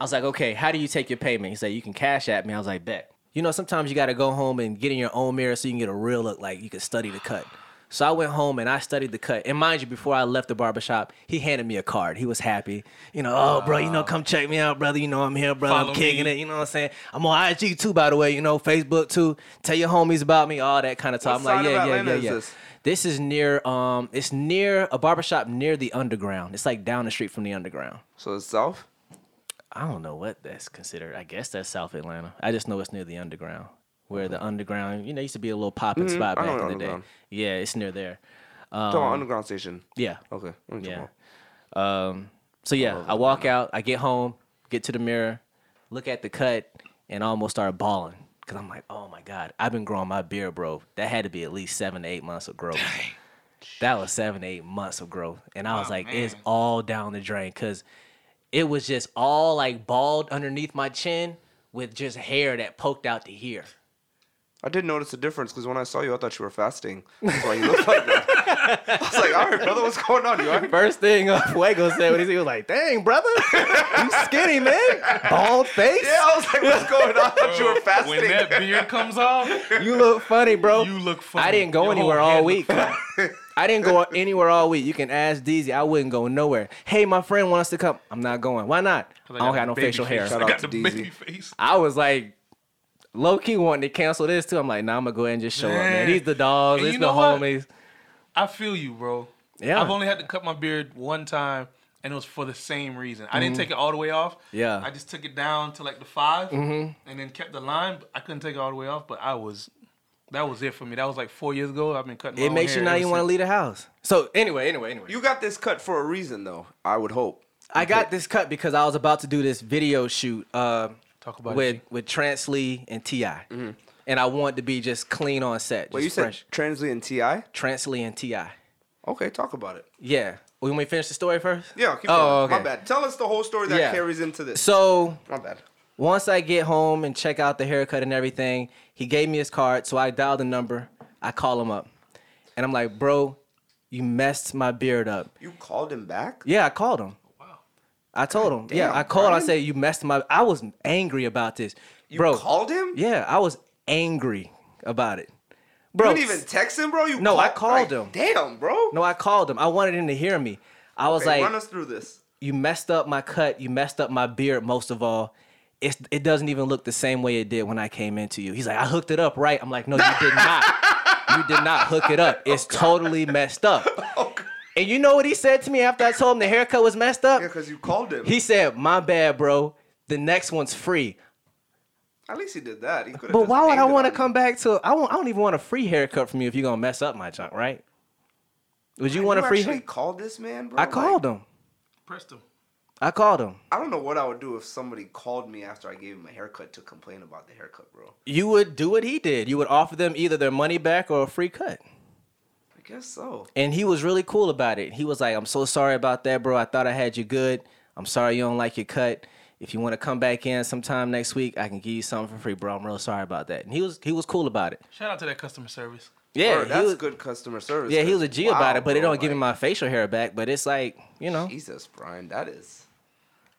I was like, okay, how do you take your payment? He said, you can cash at me. I was like, bet. You know, sometimes you got to go home and get in your own mirror so you can get a real look, like you can study the cut. So I went home and I studied the cut. And mind you, before I left the barbershop, he handed me a card. He was happy. You know, oh, bro, you know, come check me out, brother. You know, I'm here, brother.
Follow
I'm kicking
me.
it. You know what I'm saying? I'm on IG too, by the way. You know, Facebook too. Tell your homies about me, all that kind of
What
talk. I'm
side
like,
of
yeah, yeah,
Atlanta
yeah,
is
yeah.
this?
This is near um it's near a barbershop near the underground. It's like down the street from the underground.
So it's south?
I don't know what that's considered. I guess that's South Atlanta. I just know it's near the underground. Where the underground, you know, used to be a little popping spot back
Mm-hmm. I know
in the day.
Underground.
Yeah, it's near there.
Talking about underground station.
Yeah.
Okay. I'm
Um, Yeah.
talking
Um, so yeah, I walk out, I get home, get to the mirror, look at the cut, and almost start bawling. Cause I'm like, oh my God, I've been growing my beard, bro. That had to be at least seven to eight months of growth. That was seven to eight months of growth. And I was like, it's all down the drain. Cause it was just all like bald underneath my chin with just hair that poked out to here.
I did notice a difference because when I saw you, I thought you were fasting. That's why you look like that. I was like, all right, brother, what's going on? You all right?
First thing uh, Fuego said when he, he was like, dang, brother, you skinny, man. Bald face.
Yeah, I was like, what's going on? I thought you were fasting.
When that beard comes off,
You look funny, bro.
you look funny.
I didn't go
Your whole
anywhere
head
all
look
week. I didn't go anywhere all week. You can ask DZ. I wouldn't go nowhere. Hey, my friend wants to come. I'm not going. Why not? I don't got no
baby
facial
face.
hair.
Shout
I
out
got
to
the
DZ.
baby face.
I was like low key wanting to cancel this too. I'm like, nah, I'm gonna go ahead and just show up, man.
Man.
These the dogs.
And
These
you
the
know what?
homies.
I feel you, bro.
Yeah.
I've only had to cut my beard one time, and it was for the same reason. I didn't take it all the way off.
Mm-hmm. Yeah. Mm-hmm.
I just took it down to like the 5 and then kept the line. But I couldn't take it all the way off, but I was. That was it for me. That was like four years ago. I've been cutting. My
It
own
makes you
hair
not
ever
even want to
since.
leave the house. So anyway, anyway, anyway.
You got this cut for a reason, though, I would hope.
I got this cut because I was about to do this video shoot uh,
Talk about it,
with
G.
with Trance Lee and Ti,
Mm-hmm.
and I wanted to be just clean on set, just
Well, you said
fresh.
Transley and Ti.
Trance Lee and Ti.
Okay, talk about it.
Yeah. We want me to finish the story first?
Yeah, keep
Oh,
going.
okay.
My bad. Tell us the whole story that
Yeah.
carries into this.
So
My bad.
once I get home and check out the haircut and everything, he gave me his card. So I dial the number. I call him up. And I'm like, bro, you messed my beard up.
You called him back?
Yeah, I called him.
Wow.
I told him. yeah,
damn,
I called. I
Brian.
said, you messed my I was angry about this.
You
bro.
called him?
Yeah, I was angry about it.
You
Bro,
didn't even text him, bro. You
No, I
like,
called him.
Damn, bro.
no, I called him. I wanted him to hear me. I was
Okay,
like,
run us through this.
you messed up my cut, you messed up my beard most of all. It's, it doesn't even look the same way it did when I came into you. He's like, I hooked it up, right? I'm like, no, you did not. you did not hook it up. It's totally messed up. And you know what he said to me after I told him the haircut was messed up?
Yeah, because you called him.
He said, my bad, bro. The next one's free.
At least he did that. He could.
But why would I want to come back to? I won't, I don't even want a free haircut from you if you're gonna mess up my junk, right? Would you want a free?
Actually
hair-
called this man, bro.
I called him.
Pressed him.
I called him.
I don't know what I would do if somebody called me after I gave him a haircut to complain about the haircut, bro.
You would do what he did. You would offer them either their money back or a free cut.
I guess so.
And he was really cool about it. He was like, I'm so sorry about that, bro. I thought I had you good. I'm sorry you don't like your cut. If you want to come back in sometime next week, I can give you something for free, bro. I'm real sorry about that. And he was he was cool about it.
Shout out to that customer service.
Yeah,
Bro,
he
that's
was-
good customer service.
Yeah, he was a
cause-
G
wow,
about it, but it
bro,
don't give me
like,
my facial hair back. But it's like, you know,
Jesus, Brian, that is.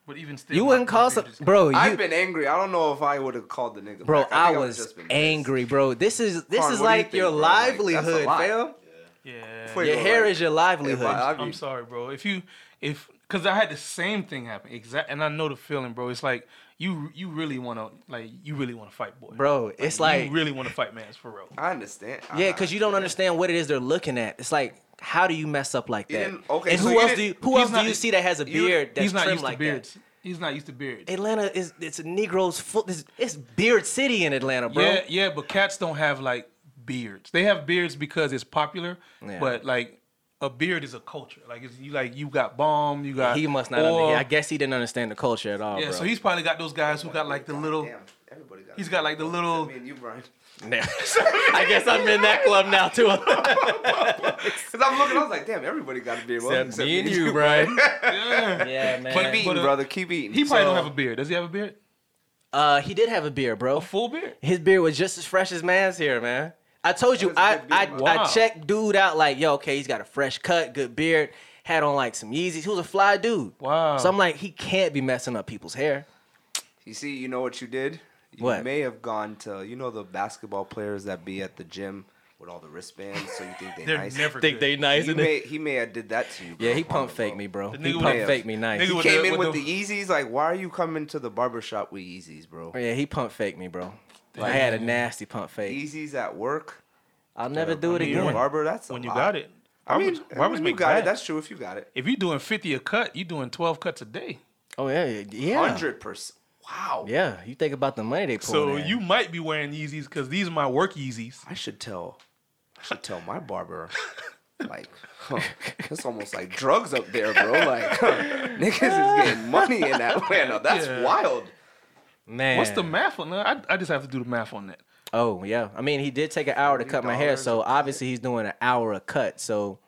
But even still,
you
my-
wouldn't
my
call
beard
some,
just-
bro. You,
I've been angry. I don't know if I would have called the nigga.
Bro,
back.
I,
think would've
was
just been pissed.
angry, bro. This is this
Carn,
is
what do you
like
think,
your
bro? Like, that's a
livelihood,
lot.
fam.
Yeah.
Fuego,
Your hair
like,
is your
if
livelihood.
I- I
I'm
mean,
sorry, bro. If you if because I had the same thing happen exact, and I know the feeling, bro. It's like you you really want to like you really want to fight, boy,
bro, it's like
you really want to fight, man. It's for real.
I understand.
yeah,
I-
because you don't understand what it is they're looking at. It's like how do you mess up like that?
didn't- okay,
and
so
who
you
else do you,
didn't-
who
he's
else
not- e
do you see that has a
you-
beard that's
He's not
trimmed
used
like
to beards. He's not used to beards.
that? Atlanta is it's a Negroes full. It's, it's beard city in Atlanta, bro.
Yeah, yeah, but cats don't have like beards. They have beards because it's popular,
Yeah.
but like a beard is a culture. Like it's, you like you got bomb, you got
He must not.
oil.
Under, I guess he didn't understand the culture at all,
Yeah,
bro.
so he's probably got those guys who got like the little.
Damn, everybody got.
He's got like the little.
Me and you, Brian.
I guess I'm in that club now too.
Because I'm looking, I was like, damn, everybody got a beard. Well, except
me and you, bro.
Yeah.
Yeah, man.
Keep eating,
But, uh,
brother. Keep eating.
He probably
So-
don't have a beard. Does he have a beard?
Uh, he did have a beard, bro.
A full beard?
His beard was just as fresh as man's here, man. I told you,
That was a
I I,
good beard,
man.
I
Wow.
checked dude out like, yo, okay, he's got a fresh cut, good beard, had on like some Yeezys. He was a fly dude.
Wow.
So I'm like, he can't be messing up people's hair.
You see, you know what you did? You
What?
may have gone to, you know, the basketball players that be at the gym with all the wristbands, so you think they
They're
nice.
never good.
nice
You may, he may have did that to you.
Yeah,
bro.
he
I don't
pump
know,
faked
bro.
me, bro.
The
He
nigga with
pump
the-
faked me nice.
nigga
He
With
came
the-
in
with
with the,
the-
Yeezys. Like, why are you coming to the barbershop with Yeezys, bro?
Yeah, he pump faked me, bro. I had a nasty pump fake.
Yeezys at work.
I'll never do it
mean,
You're a
Yeah.
again.
barber. That's a
When you
lot.
got it.
I mean,
Roberts-
when
Roberts
you
make
got it.
bad.
That's true. If you got it,
If you're doing 50 a cut, you're doing 12 cuts a day.
Oh yeah, yeah.
hundred percent. Wow.
Yeah, you think about the money they pull.
So you might be wearing Yeezys because these are my work Yeezys.
I should tell. I should tell my barber. Like, huh, that's almost like drugs up there, bro. Like, huh, niggas is getting money in Atlanta. That's
Yeah.
wild.
Man,
What's the math on that? I, I just have to do the math on that.
Oh yeah, I mean he did take an hour to cut my hair, so obviously he's doing an hour a cut. So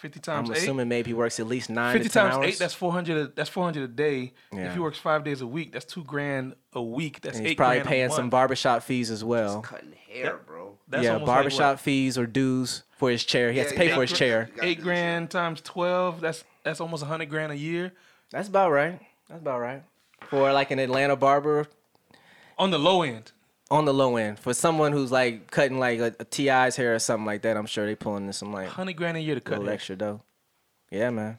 Fifty
I'm
times eight.
assuming maybe he works at least nine.
Fifty
to 10
times
hours.
eight. That's four hundred. That's four hundred a day.
Yeah.
If he works five days a week, that's two grand a week. That's
And he's
eight
probably
grand a
paying some
month.
barbershop fees as well.
Cutting hair, bro.
That's
yeah,
almost like what?
barbershop fees or dues for his chair. He has
Yeah,
to pay
yeah.
for his chair.
You gotta do
Eight
the
grand times twelve. That's that's almost hundred grand a year
That's about right. That's about right. For like an Atlanta barber
on the low end.
on the low end, for someone who's like cutting like a, a TI's hair or something like that, I'm sure they pulling in some like
Hundred grand a year to cut.
little
hair.
extra dough. Yeah, man.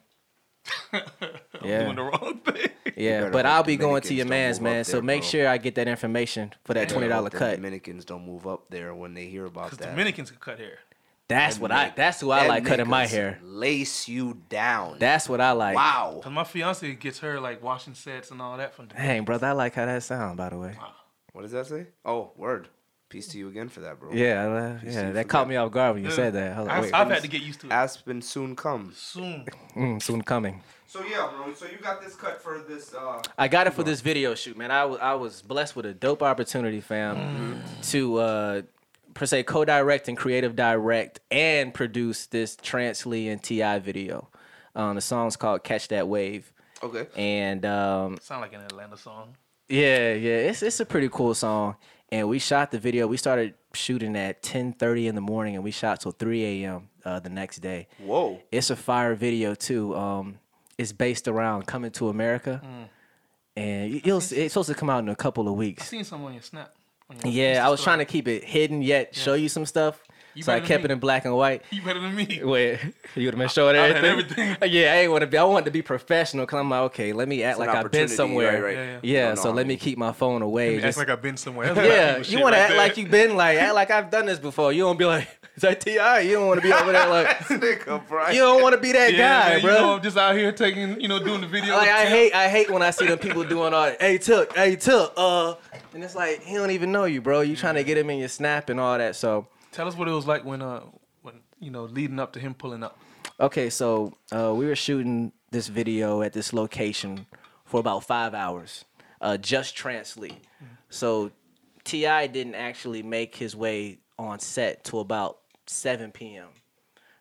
Doing the
yeah,
wrong thing.
yeah.
better
But
hope
I'll be going to
Dominicans
your
don't
man's,
move up
man. so
there,
make
bro.
sure I get that information for that
Yeah,
twenty dollar
hope the
cut.
Dominicans don't move up there when they hear about
Because
that.
Dominicans could cut hair.
That's what I.
Nigga,
That's who I
them
like cutting my
niggas
hair.
Lace you down.
That's what I like.
wow.
Cause my fiance gets her like washing sets and all that from. Dominican.
Dang, brother, I like how that sound. By the way.
What does that say? Oh, word. Peace to you again for that, bro.
Yeah, I love-
see,
yeah.
you
That caught
forgot.
me off guard when you said that. I was like,
I've,
wait,
I've had to get used to it.
Aspen soon comes.
Soon.
mm, soon coming.
So yeah, bro. So you got this cut for this. uh
I got it for this video shoot, man. I was I was blessed with a dope opportunity, fam, to uh, per se co-direct and creative direct and produce this Trance Lee and Ti video. Um, the song's called "Catch That Wave,"
Okay.
and um,
Sound like an Atlanta song.
yeah, yeah, it's it's a pretty cool song. And we shot the video. We started shooting at 10:30 in the morning, and we shot till 3 a.m. Uh, the next day.
Whoa.
it's a fire video too. Um, it's based around coming to America,
Mm.
and you- you'll see, it's supposed to come out in a couple of
I
weeks.
seen some on your snap. on your
Yeah,
Insta
I was
story.
trying to keep it hidden yet show you some stuff,
You
so I
better than
kept it
me.
in black and white.
You better than me.
Wait, you would have been showing
I- I
everything.
had everything.
yeah, I ain't want to be. I wanted to be professional. Cause I'm like, okay, let me act
an
like I've been
opportunity,
somewhere.
right,
Yeah,
right.
yeah.
No, no,
so
I
let me
mean-
kesk keep my phone away.
Act
Just,
like I've been somewhere. That's
yeah,
Black people
you
shit
want to
right
act
there.
like you've been like act like I've done this before. You don't be like, is that Ti? You don't want to be over there like.
Nigga, Brian.
You don't want to be that
yeah,
guy,
man,
bro.
You know, I'm just out here taking, you know, doing the video.
Like I hate, I hate when I see them people doing all. that, Hey Took, hey Took, uh, and it's like he don't even know you, bro. You trying to get him in your snap and all that. So
Tell us what it was like when, uh, when you know, leading up to him pulling up.
okay, so uh, we were shooting this video at this location for about five hours, uh, just translate. So Ti didn't actually make his way on set till about seven p.m.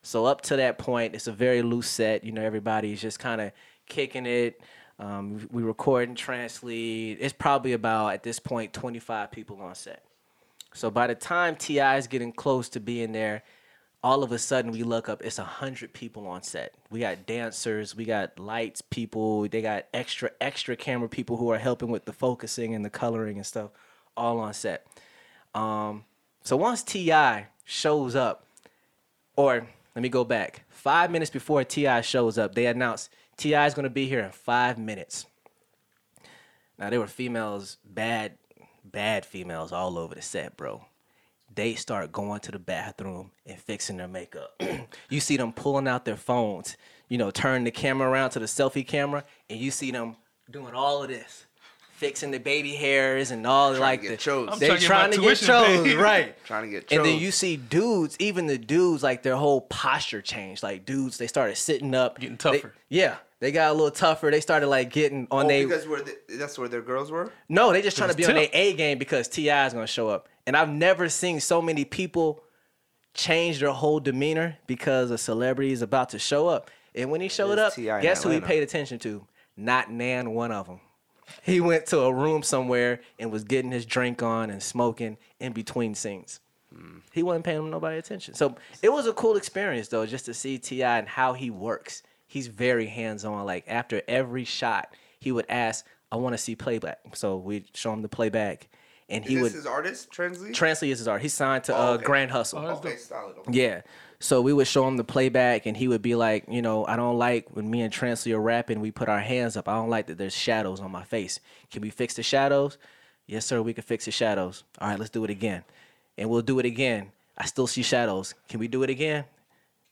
So up to that point, it's a very loose set. You know, everybody's just kind of kicking it. Um, we record and translate. It's probably about at this point 25 people on set. So by the time Ti is getting close to being there, all of a sudden we look up. It's hundred people on set. We got dancers, we got lights people, they got extra extra camera people who are helping with the focusing and the coloring and stuff, all on set. Um, so once Ti shows up, or let me go back. Five minutes before Ti shows up, they announce Ti is going to be here in five minutes. Now there were females, bad, bad females all over the set, bro. They start going to the bathroom and fixing their makeup. you see them pulling out their phones, you know, turn the camera around to the selfie camera, and you see them doing all of this, fixing the baby hairs and all like
to get
the
chose. I'm
They
trying to
trying to
get my
get
tuition paid.
chose, right?
Trying to get
And then
chose.
you see dudes, even the dudes, like their whole posture changed. Like dudes, they started sitting up,
Getting
They-
tougher.
yeah, they got a little tougher. They started like getting on
Oh,
they.
because where the, that's where their girls were.
No, they just trying to be
it's
on their
Tip.
A game because Ti is gonna show up. And I've never seen so many people change their whole demeanor because a celebrity is about to show up. And when he showed
is
up,
T.I. in
guess who he
Atlanta.
paid attention to? Not Nan, one of them. He went to a room somewhere and was getting his drink on and smoking in between scenes. He wasn't paying nobody attention. So it was a cool experience though, just to see Ti and how he works. He's very hands on. Like after every shot, he would ask, "I want to see playback." So we'd show him the playback, and he
this
would.
is artist translate.
Translate is his art. He signed to
Oh,
uh,
okay.
Grand Hustle.
okay, solid. Okay.
Yeah. So we would show him the playback, and he would be like, you know, I don't like when me and Transley are rapping, we put our hands up. I don't like that there's shadows on my face. Can we fix the shadows? Yes, sir, we can fix the shadows. All right, let's do it again. And we'll do it again. I still see shadows. Can we do it again?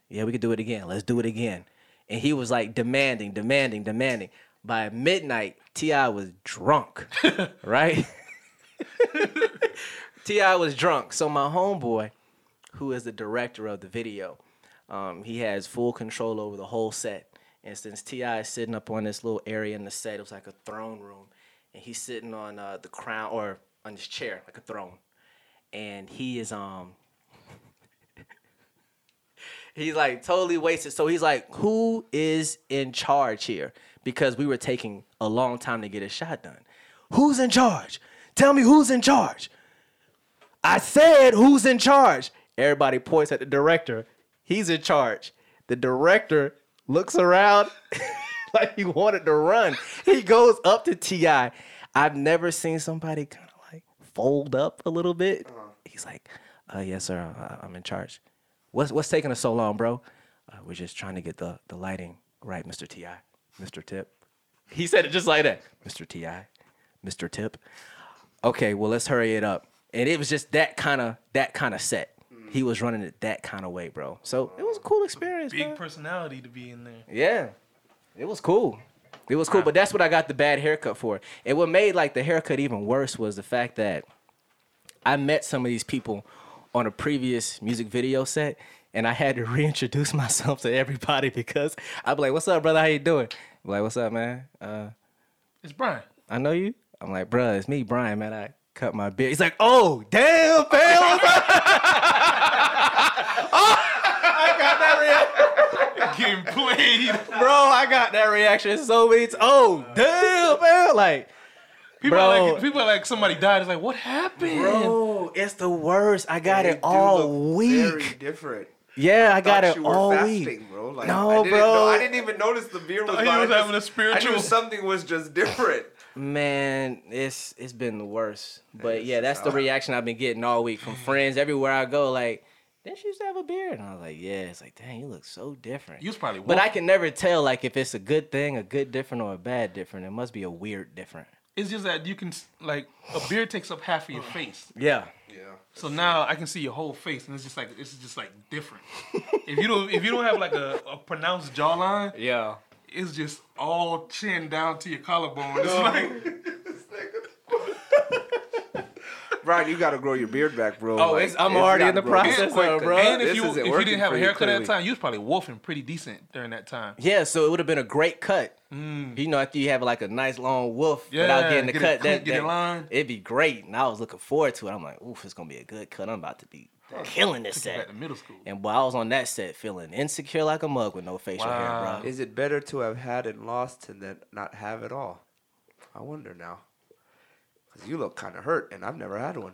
Yeah, we could do it again. Let's do it again. And he was like demanding, demanding, demanding. By midnight, T.I. was drunk, right? T.I. was drunk. So my homeboy, who is the director of the video, Um, he has full control over the whole set. And since Ti is sitting up on this little area in the set, it was like a throne room, and he's sitting on uh, the crown or on his chair like a throne, and he is um He's like totally wasted. So he's like, who is in charge here? Because we were taking a long time to get a shot done. Who's in charge? Tell me who's in charge. I said, who's in charge? Everybody points at the director. He's in charge. The director looks around like he wanted to run. He goes up to T.I. I've never seen somebody kind of like fold up a little bit. He's like, uh, yes, sir, I- I'm in charge. What's, what's taking us so long, bro? Uh, we're just trying to get the, the lighting right, Mr. T.I., Mr. Tip. He said it just like that. Mr. T.I., Mr. Tip okay, well let's hurry it up. And it was just that kind of that kind of set. He was running it that kind of way, bro. So it was a cool experience.
Big
man.
personality to be in there.
yeah, it was cool. It was cool, but that's what I got the bad haircut for. And what made like the haircut even worse was the fact that I met some of these people on a previous music video set, and I had to reintroduce myself to everybody because I'd be like, "What's up, brother? How you doing?" like, "What's up, man? Uh,
It's Brian.
I know you. I'm like, bruh, it's me, Brian, man. I cut my beard. He's like, oh, damn, fam. what's up?"
Getting played.
Bro, I got that reaction so many times. Oh, damn, man. Like,
People
Bro.
are like people are like somebody died. It's like what happened?
bro, it's the worst. I got
They
it
do
all
look
week.
Very different.
yeah, I, got
Thought
it
you were
all
fasting,
week.
bro. Like,
No,
I didn't
bro.
Know, I didn't even notice the beer was.
Thought he
gone. I
was
just-
having a
I
spiritual-
knew something was just different.
Man, it's it's been the worst. But
is
yeah, that's the
sour.
reaction I've been getting all week from friends everywhere I go. Like, didn't you used to have a beard? And I was like, yeah. It's like, dang, you look so different.
You was probably
But I can never tell like if it's a good thing, a good different, or a bad different. It must be a weird different.
It's just that you can s- like a beard takes up half of your face.
Yeah.
Yeah.
So now I can see your whole face, and it's just like it's just like different. if you don't if you don't have like a, a pronounced jawline,
Yeah.
it's just all chin down to your collarbone. It's like
Brian, you gotta grow your beard back, bro.
Oh, it's- I'm already
not
in the
growing
process
quick.
now, bro.
and
This
if you
isn't
if you
working
didn't have
for
a
you,
haircut at
clearly.
that time, you was probably wolfing pretty decent during that time.
Yeah. So it would have been a great cut. You know, after you have like a nice long woof without
Mm. Yeah,
getting the
get it
cut,
clean,
that,
get it
that-
lined.
it'd be great. And I was looking forward to it. I'm like, oof, it's gonna be a good cut. I'm about to be killing this
Back
set.
to middle school.
And while I was on that set, feeling insecure like a mug with no facial hair,
Wow.
bro.
Is it better to have had and lost and then not have at all? I wonder now. Cause you look kind of hurt, and I've never had one.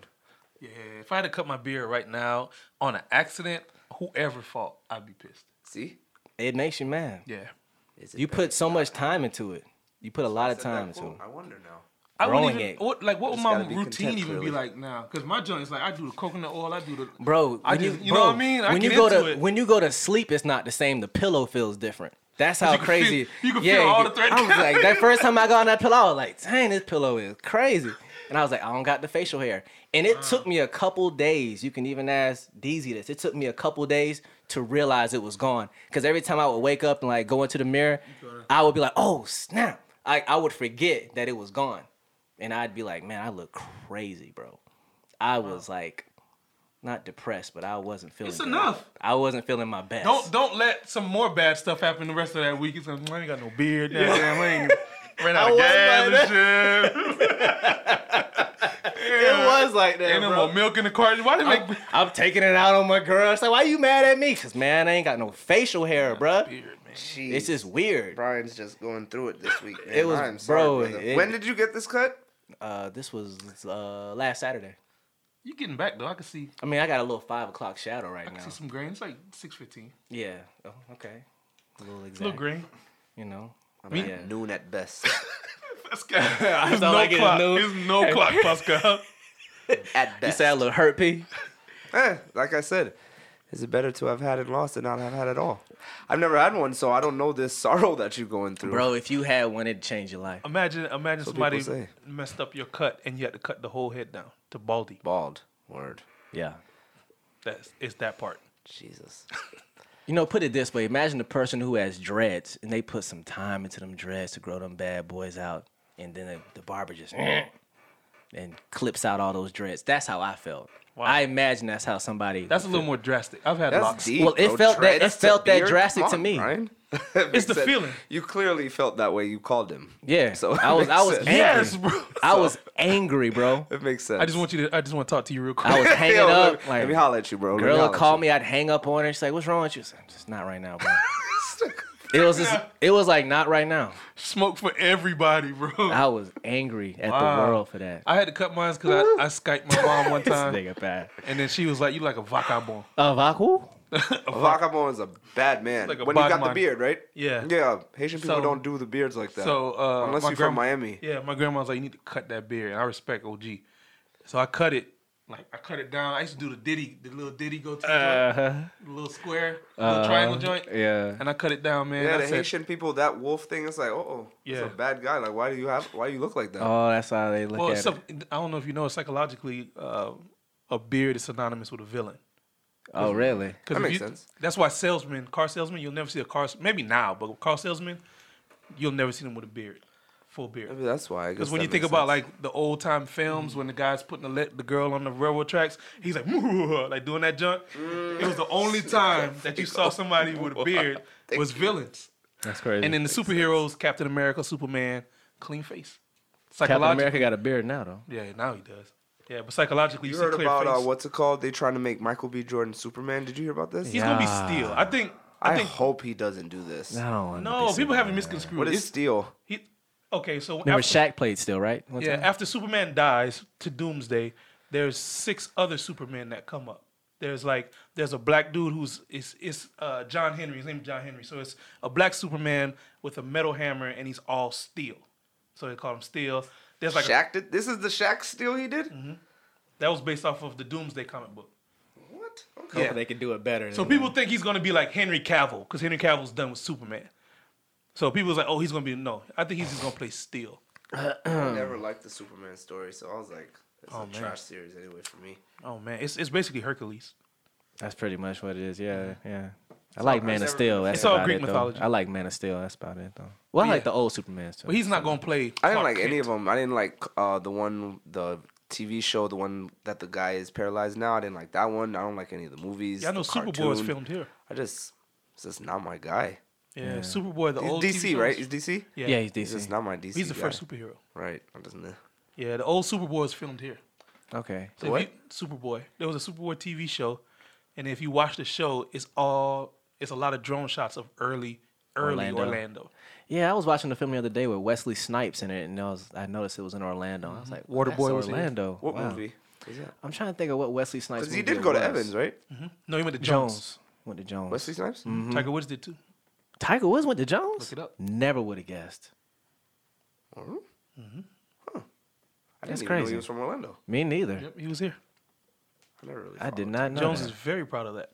Yeah, if I had to cut my beard right now on an accident, whoever fault, I'd be pissed.
See,
It makes you mad.
Yeah.
is it
You
better
put so much time into it. You put a lot
to
of
have that
time into
quote?
it.
I wonder now.
I
Growing
wouldn't even
it.
what, like what would
Just
my
gotta be
routine even
contemporary.
be like now? Cause my joint is like I do the coconut oil, I do the
Bro,
I
when
just-
you,
you know what I
bro,
mean? I
when you
get
go
into
to
it.
when you go to sleep, it's not the same. The pillow feels different. That's how
you can feel-
crazy.
you can feel all the thread
I was like, that
count.
first time I got on that pillow, I was like, dang, this pillow is crazy. And I was like, I don't got the facial hair. And it took me a couple days. You can even ask DZ this. It took me a couple days to realize it was gone. Because every time I would wake up and like go into the mirror, I would be like, oh snap! I I would forget that it was gone, and I'd be like, man, I look crazy, bro. I was like, not depressed, but I wasn't feeling.
It's
good.
enough.
I wasn't feeling my best.
Don't don't let some more bad stuff happen the rest of that week. It's like, I ain't got no beard. Now, damn, I ain't ran out of gas and shit.
It was like that,
Ain't no
bro.
more milk in the carton. Why they make
I'm, I'm taking it out on my girl. It's like, why you mad at me? Cause man, I ain't got no facial hair, bruh.
beard, man?
It's just weird.
Brian's just going through it this week. Man.
It was-
I am sorry,
bro,
brother.
it-
when did you get this cut?
Uh, this was uh last Saturday.
You getting back though? I can see
I mean, I got a little five o'clock shadow
I
right
can
now.
see some grain. It's like six fifteen.
Yeah. Oh, okay. A little exact.
Little grain.
You know.
I'm
Me-
at
Yeah.
noon at best.
Pascal, it's
all
no
I get is
clock.
no-
It's no clock, Pascal.
at
You
best.
say I look hurt, P?
Eh, like I said, is it better to have had and lost than not have had at all? I've never had one, so I don't know this sorrow that you're going through.
Bro, if you had one, it'd change your life.
Imagine, imagine
people
somebody
say.
messed up your cut and you had to cut the whole head down to baldy.
Bald. Word.
Yeah.
That's it's that part.
Jesus.
You know, put it this way: imagine the person who has dreads, and they put some time into them dreads to grow them bad boys out, and then the, the barber just and clips out all those dreads. That's how I felt.
Wow.
I imagine that's how somebody.
That's a little more drastic. I've had
That's
locks.
deep.
Well, it
bro.
felt that- it
that's
felt that
beard?
drastic
Come
to
on,
me.
Brian.
It's the
Makes sense.
feeling.
You clearly felt that way. You called him.
Yeah.
So
I was.
it
I was.
makes
Angry.
Yes, bro.
I was angry, bro.
It makes sense.
I just want you to. I just want to talk to you real quick.
I was hanging
Yo,
up.
Let me,
like,
let me holler at you, bro. Let
girl
holler
would
at
call
you.
me. I'd hang up on her. She's like, "What's wrong with you?" I said, "Just not right now, bro." it was. Just, it was like not right now.
Smoke for everybody, bro. I,
I was angry at
Wow.
the world for that.
had to cut mine because I, I Skyped my mom one
This
time,
nigga bad.
and then she was like, "You like a vagabond."
Uh, Vaku?
Vagabond is a bad man.
Like a
when you got the
Bagman.
beard, right?
Yeah.
Yeah. Haitian people
So-
don't do the beards like that.
So uh,
unless
my
you're from
grandma-
Miami,
yeah, my grandma was like, "You need to cut that beard," and I respect OG, so I cut it. Like I cut it down. I used to do the Diddy, the little Diddy go to the little square, little triangle joint.
Uh-huh. yeah.
and I cut it down, man.
yeah,
I
the
said-
Haitian people that wolf thing. It's like, oh, yeah,
Yeah.
a bad guy. Like, why do you have? Why do you look like that?
Oh, that's how they look
Well,
at
it's
it.
a, I don't know if you know, psychologically, uh, a beard is synonymous with a villain.
Oh, really?
That
'Cause if
makes
you-
sense.
That's why salesmen, car salesmen, you'll never see a car. Maybe now, but car salesmen, you'll never see them with a beard, full beard.
Maybe that's why. I
Because
guess
when
that
you think
makes
about
sense.
like the old time films, when the guy's putting the, le- the girl on the railroad tracks, he's like, "Moo," like doing that junk. It was the only time that you saw somebody with a beard was villains.
That's crazy.
And then the superheroes, Captain America, Superman, clean face.
Captain
Psychologically,
America got a beard now, though.
Yeah, now he does. Yeah, but psychologically,
you
you,
heard
see clear
about uh,
face.
what's it called? They trying to make Michael B. Jordan Superman. Did you hear about this?
He's gonna be
Yeah.
steel. I think. I
I,
think.
hope he doesn't do this.
No,
no, people haven't misconstrued.
What
it.
is steel?
he? Okay, so
Remember,
after,
Shaq played still, right? One
yeah,
time?
after Superman dies to Doomsday, there's six other Supermen that come up. There's like there's a black dude who's it's it's uh, John Henry. His name's John Henry. So it's a black Superman with a metal hammer, and he's all steel. So they call him Steel. There's like a- Mm-hmm.
Shaq did. This is the Shaq steel he did.
that was based off of the Doomsday comic book.
What? Okay.
Hopefully they can do it better.
So
than-
people think he's gonna be like Henry Cavill because Henry Cavill's done with Superman. So people's like, oh, he's gonna be no. I think he's just gonna play Steel. Hmm.
I never liked the Superman story, so I was like, it's a trash series anyway for me.
Oh man, Oh, it's it's basically Hercules.
That's pretty much what it is. Yeah, yeah. I like Man of
never-
Steel. That's
It's all
about
Greek
it, though.
mythology.
I like Man of Steel. That's about it, though. Well, I like
yeah.
the old Supermans too.
But he's not gonna play.
I didn't like any of them. I didn't like uh, the one, the TV show, the one that the guy is paralyzed now. I didn't like that one. I don't like any of the movies.
Yeah, I know
the
Superboy was
cartoon.
filmed here.
I just, it's just not my guy.
Yeah, Superboy, the
He's
old TV
DC,
shows.
right? He's DC.
Yeah,
yeah, he's
He's just
decent.
not my DC.
he's the
guy.
first superhero.
Right. I just, nah.
Yeah, the old Superboy was filmed here.
Okay.
So if
What?
you- Superboy. There was a Superboy TV show, and if you watch the show, it's all it's a lot of drone shots of early, early
Orlando.
Orlando.
Yeah, I was watching the film the other day with Wesley Snipes in it, and I was I noticed it was in Orlando. I was like,
Waterboy
that's
was here.
Orlando.
What
Wow.
movie? Is that?
I'm trying to think of what Wesley Snipes.
Because he
movie Mm-hmm.
did
it
go to
was.
Evans, right?
No, he went to Jones.
Jones went to Jones.
Wesley Snipes.
Mm-hmm.
Tiger Woods did too.
Tiger Woods went to Jones.
Look it up.
Never would have guessed.
Mm-hmm.
Mm-hmm.
I didn't
That's
even know
crazy.
he was from Orlando.
Me neither.
Yep, he was here.
I never really.
I did
followed.
not know.
Jones
that.
is very proud of that.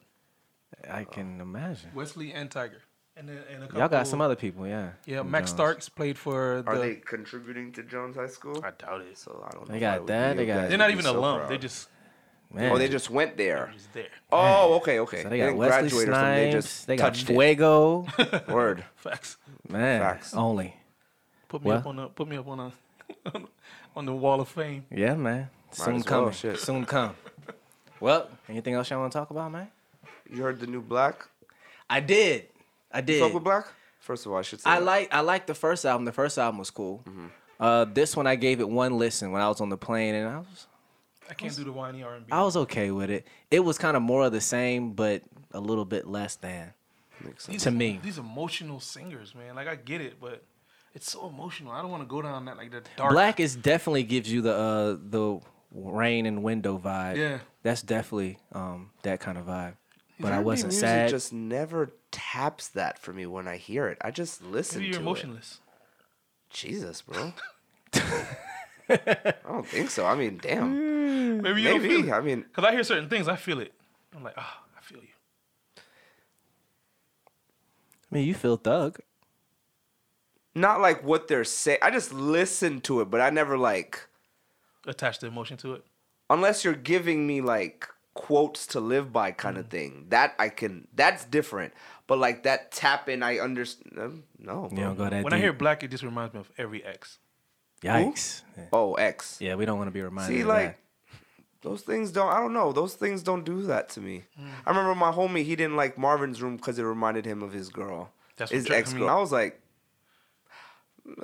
I can imagine.
Wesley and Tiger. And, then- and a Oh. couple,
Y'all got some other Mm, people, yeah.
Yeah,
from Jones.
Max Starks played for the.
Are they contributing to Jones High School?
I doubt it.
So I don't.
They
know
got
why it would be
that,
your
they got-
guys
They're
would
not
be
even
so
alone.
proud.
They just
Man.
Oh, they just went there.
just there.
Oh, okay, okay.
So
they
they got
didn't
Wesley
graduate or something. They
Snipes.
just
They got
touched
Fuego.
it. Word.
Facts.
Man,
Facts.
only.
Put me
Well-
up on the. Put me up on a. on the wall of fame.
Yeah, man. Soon
as well,
coming.
shit.
Soon come. Well, anything else y'all want to talk about, man?
You heard the new Black?
I did. I did.
Fuck with Black? First of all, I should say.
I
that.
like I like the first album. The first album was cool.
Mm-hmm.
Uh, this one I gave it one listen when I was on the plane, and I was
I can't do the whiny R and B.
I was okay with it. It was kind of more of the same, but a little bit less than. to me.
These emotional singers, man. Like I get it, but it's so emotional. I don't want to go down that like the dark.
Black is definitely gives you the uh, the rain and window vibe.
Yeah.
that's definitely um, that kind of vibe. But I
R&B
wasn't
music
sad.
just never taps that for me when I hear it. I just listen
Maybe
to
you're emotionless.
it. Jesus, bro. I don't think so. I mean, damn.
Maybe you don't
Maybe.
feel it.
I mean,
Cause I hear certain things, I feel it. I'm like, ah, I feel you.
I mean, you feel thug.
not like what they're saying. I just listen to it, but I never like.
Attach the emotion to it.
unless you're giving me like quotes to live by kind
Mm.
of thing that i can that's different but like that tapping i understand um, no
You don't
bro.
go that
When I
deep.
hear black, it just reminds me of every ex.
Yikes.
oh x
Yeah, we don't want to be reminded.
see
of
like Those things don't. I don't know. Those things don't do that to me.
Hmm.
I remember my homie. He didn't like Marvin's Room because it reminded him of his girl,
That's what
his
tri- I
ex girl.
mean-
I, was like,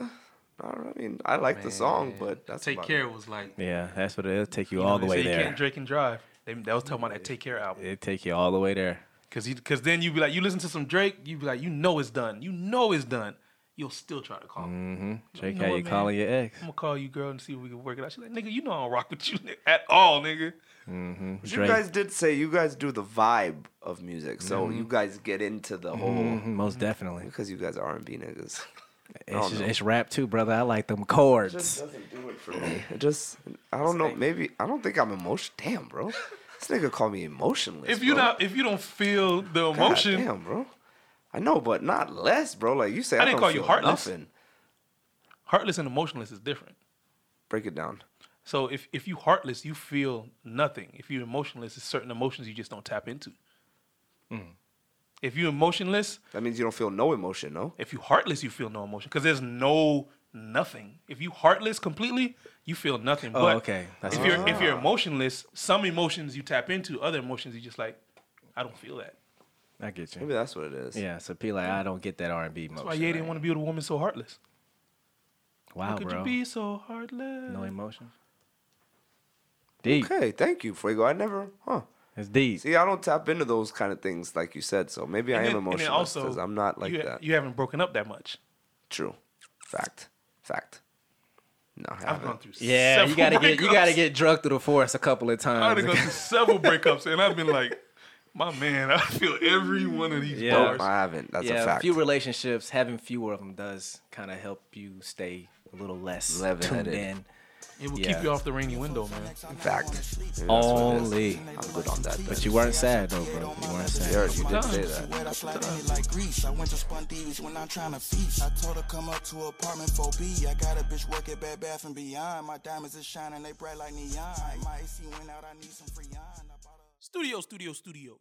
I don't- I mean, I like the song, but that's
Take
about
Care
It.
was like
Yeah, that's what it'll take you,
you know,
all
they
the way
say You
there.
can't drink and drive. They, that was talking about that Take Care album.
It'll take you all the way there.
Cause, you, cause then you be like, you listen to some Drake, you be like, you know it's done, you know it's done. You'll still try to call. me.
Mm-hmm. Drake,
know
how
what,
you
man?
calling your ex? Mm-hmm,
I'm gonna call you, girl, and see if we can work it out. She's like, nigga, you know I don't rock with you nigga, at all, nigga.
But You
Drake.
guys did say you guys do the vibe of music, so you guys get into the whole
Mm-hmm.
Mhm, most definitely.
because you guys are R and B niggas.
It's,
don't
just,
know.
it's rap too, brother. I like them
It just
chords.
doesn't do it for me. It just I don't know. Maybe I don't think I'm emotional. Damn, bro. This nigga called me emotionless.
If you
bro.
not, if you don't feel the
God
emotion,
damn, bro. I know, but not less, bro. Like you say, I,
didn't
don't
call you
feel
heartless.
Nothing.
heartless and emotionless is different.
Break it down.
So if if you heartless, you feel nothing. If you're emotionless, it's certain emotions you just don't tap into.
Hmm.
If you're emotionless,
That means you don't feel no emotion, no.
if you heartless, you feel no emotion because there's no nothing. If you heartless completely, you feel nothing.
Oh,
but
okay. That's
if
what
you're if you're emotionless, some emotions you tap into, other emotions you just like, I don't feel that.
I get
Maybe
you.
that's what it is.
Yeah, so P like I don't get that R and B
That's
motion.
why Ye didn't want to be with a woman so heartless.
Wow,
How could
Oh, bro.
you be so heartless?
No emotion. Deep.
Okay, thank you, Fuego. I never, huh?
It's deep.
See, I don't tap into those kind of things like you said, so maybe I
And
am
then- and then
emotional because I'm not like
you,
that.
You haven't broken up that much.
True, fact, fact. No, I
I've
haven't.
gone through.
Yeah, you gotta
several
get you
breakups.
gotta get drunk through the forest a couple of
I had
times.
to go through several breakups, and I've been like, my man, I feel every one of these
Yeah.
Nope,
bars.
I haven't. That's a
yeah,
fact.
few relationships, having fewer of them does kind of help you stay a little less tuned
Level-headed.
in.
It will
Yeah.
keep you off the rainy window, man.
fact. Maybe that's what it is.
Only,
I'm good on that.
but you weren't sad though, bro. You weren't sad.
Jared, you did say that.
I slide in it like grease. I went to Spondees when I'm trying to feast. I told her come up to apartment 4B. I got a bitch work at Bed Bath and Beyond. My diamonds is shining, they bright like neon. My AC went out, I need some Freon. I bought a-
Studio, studio, studio.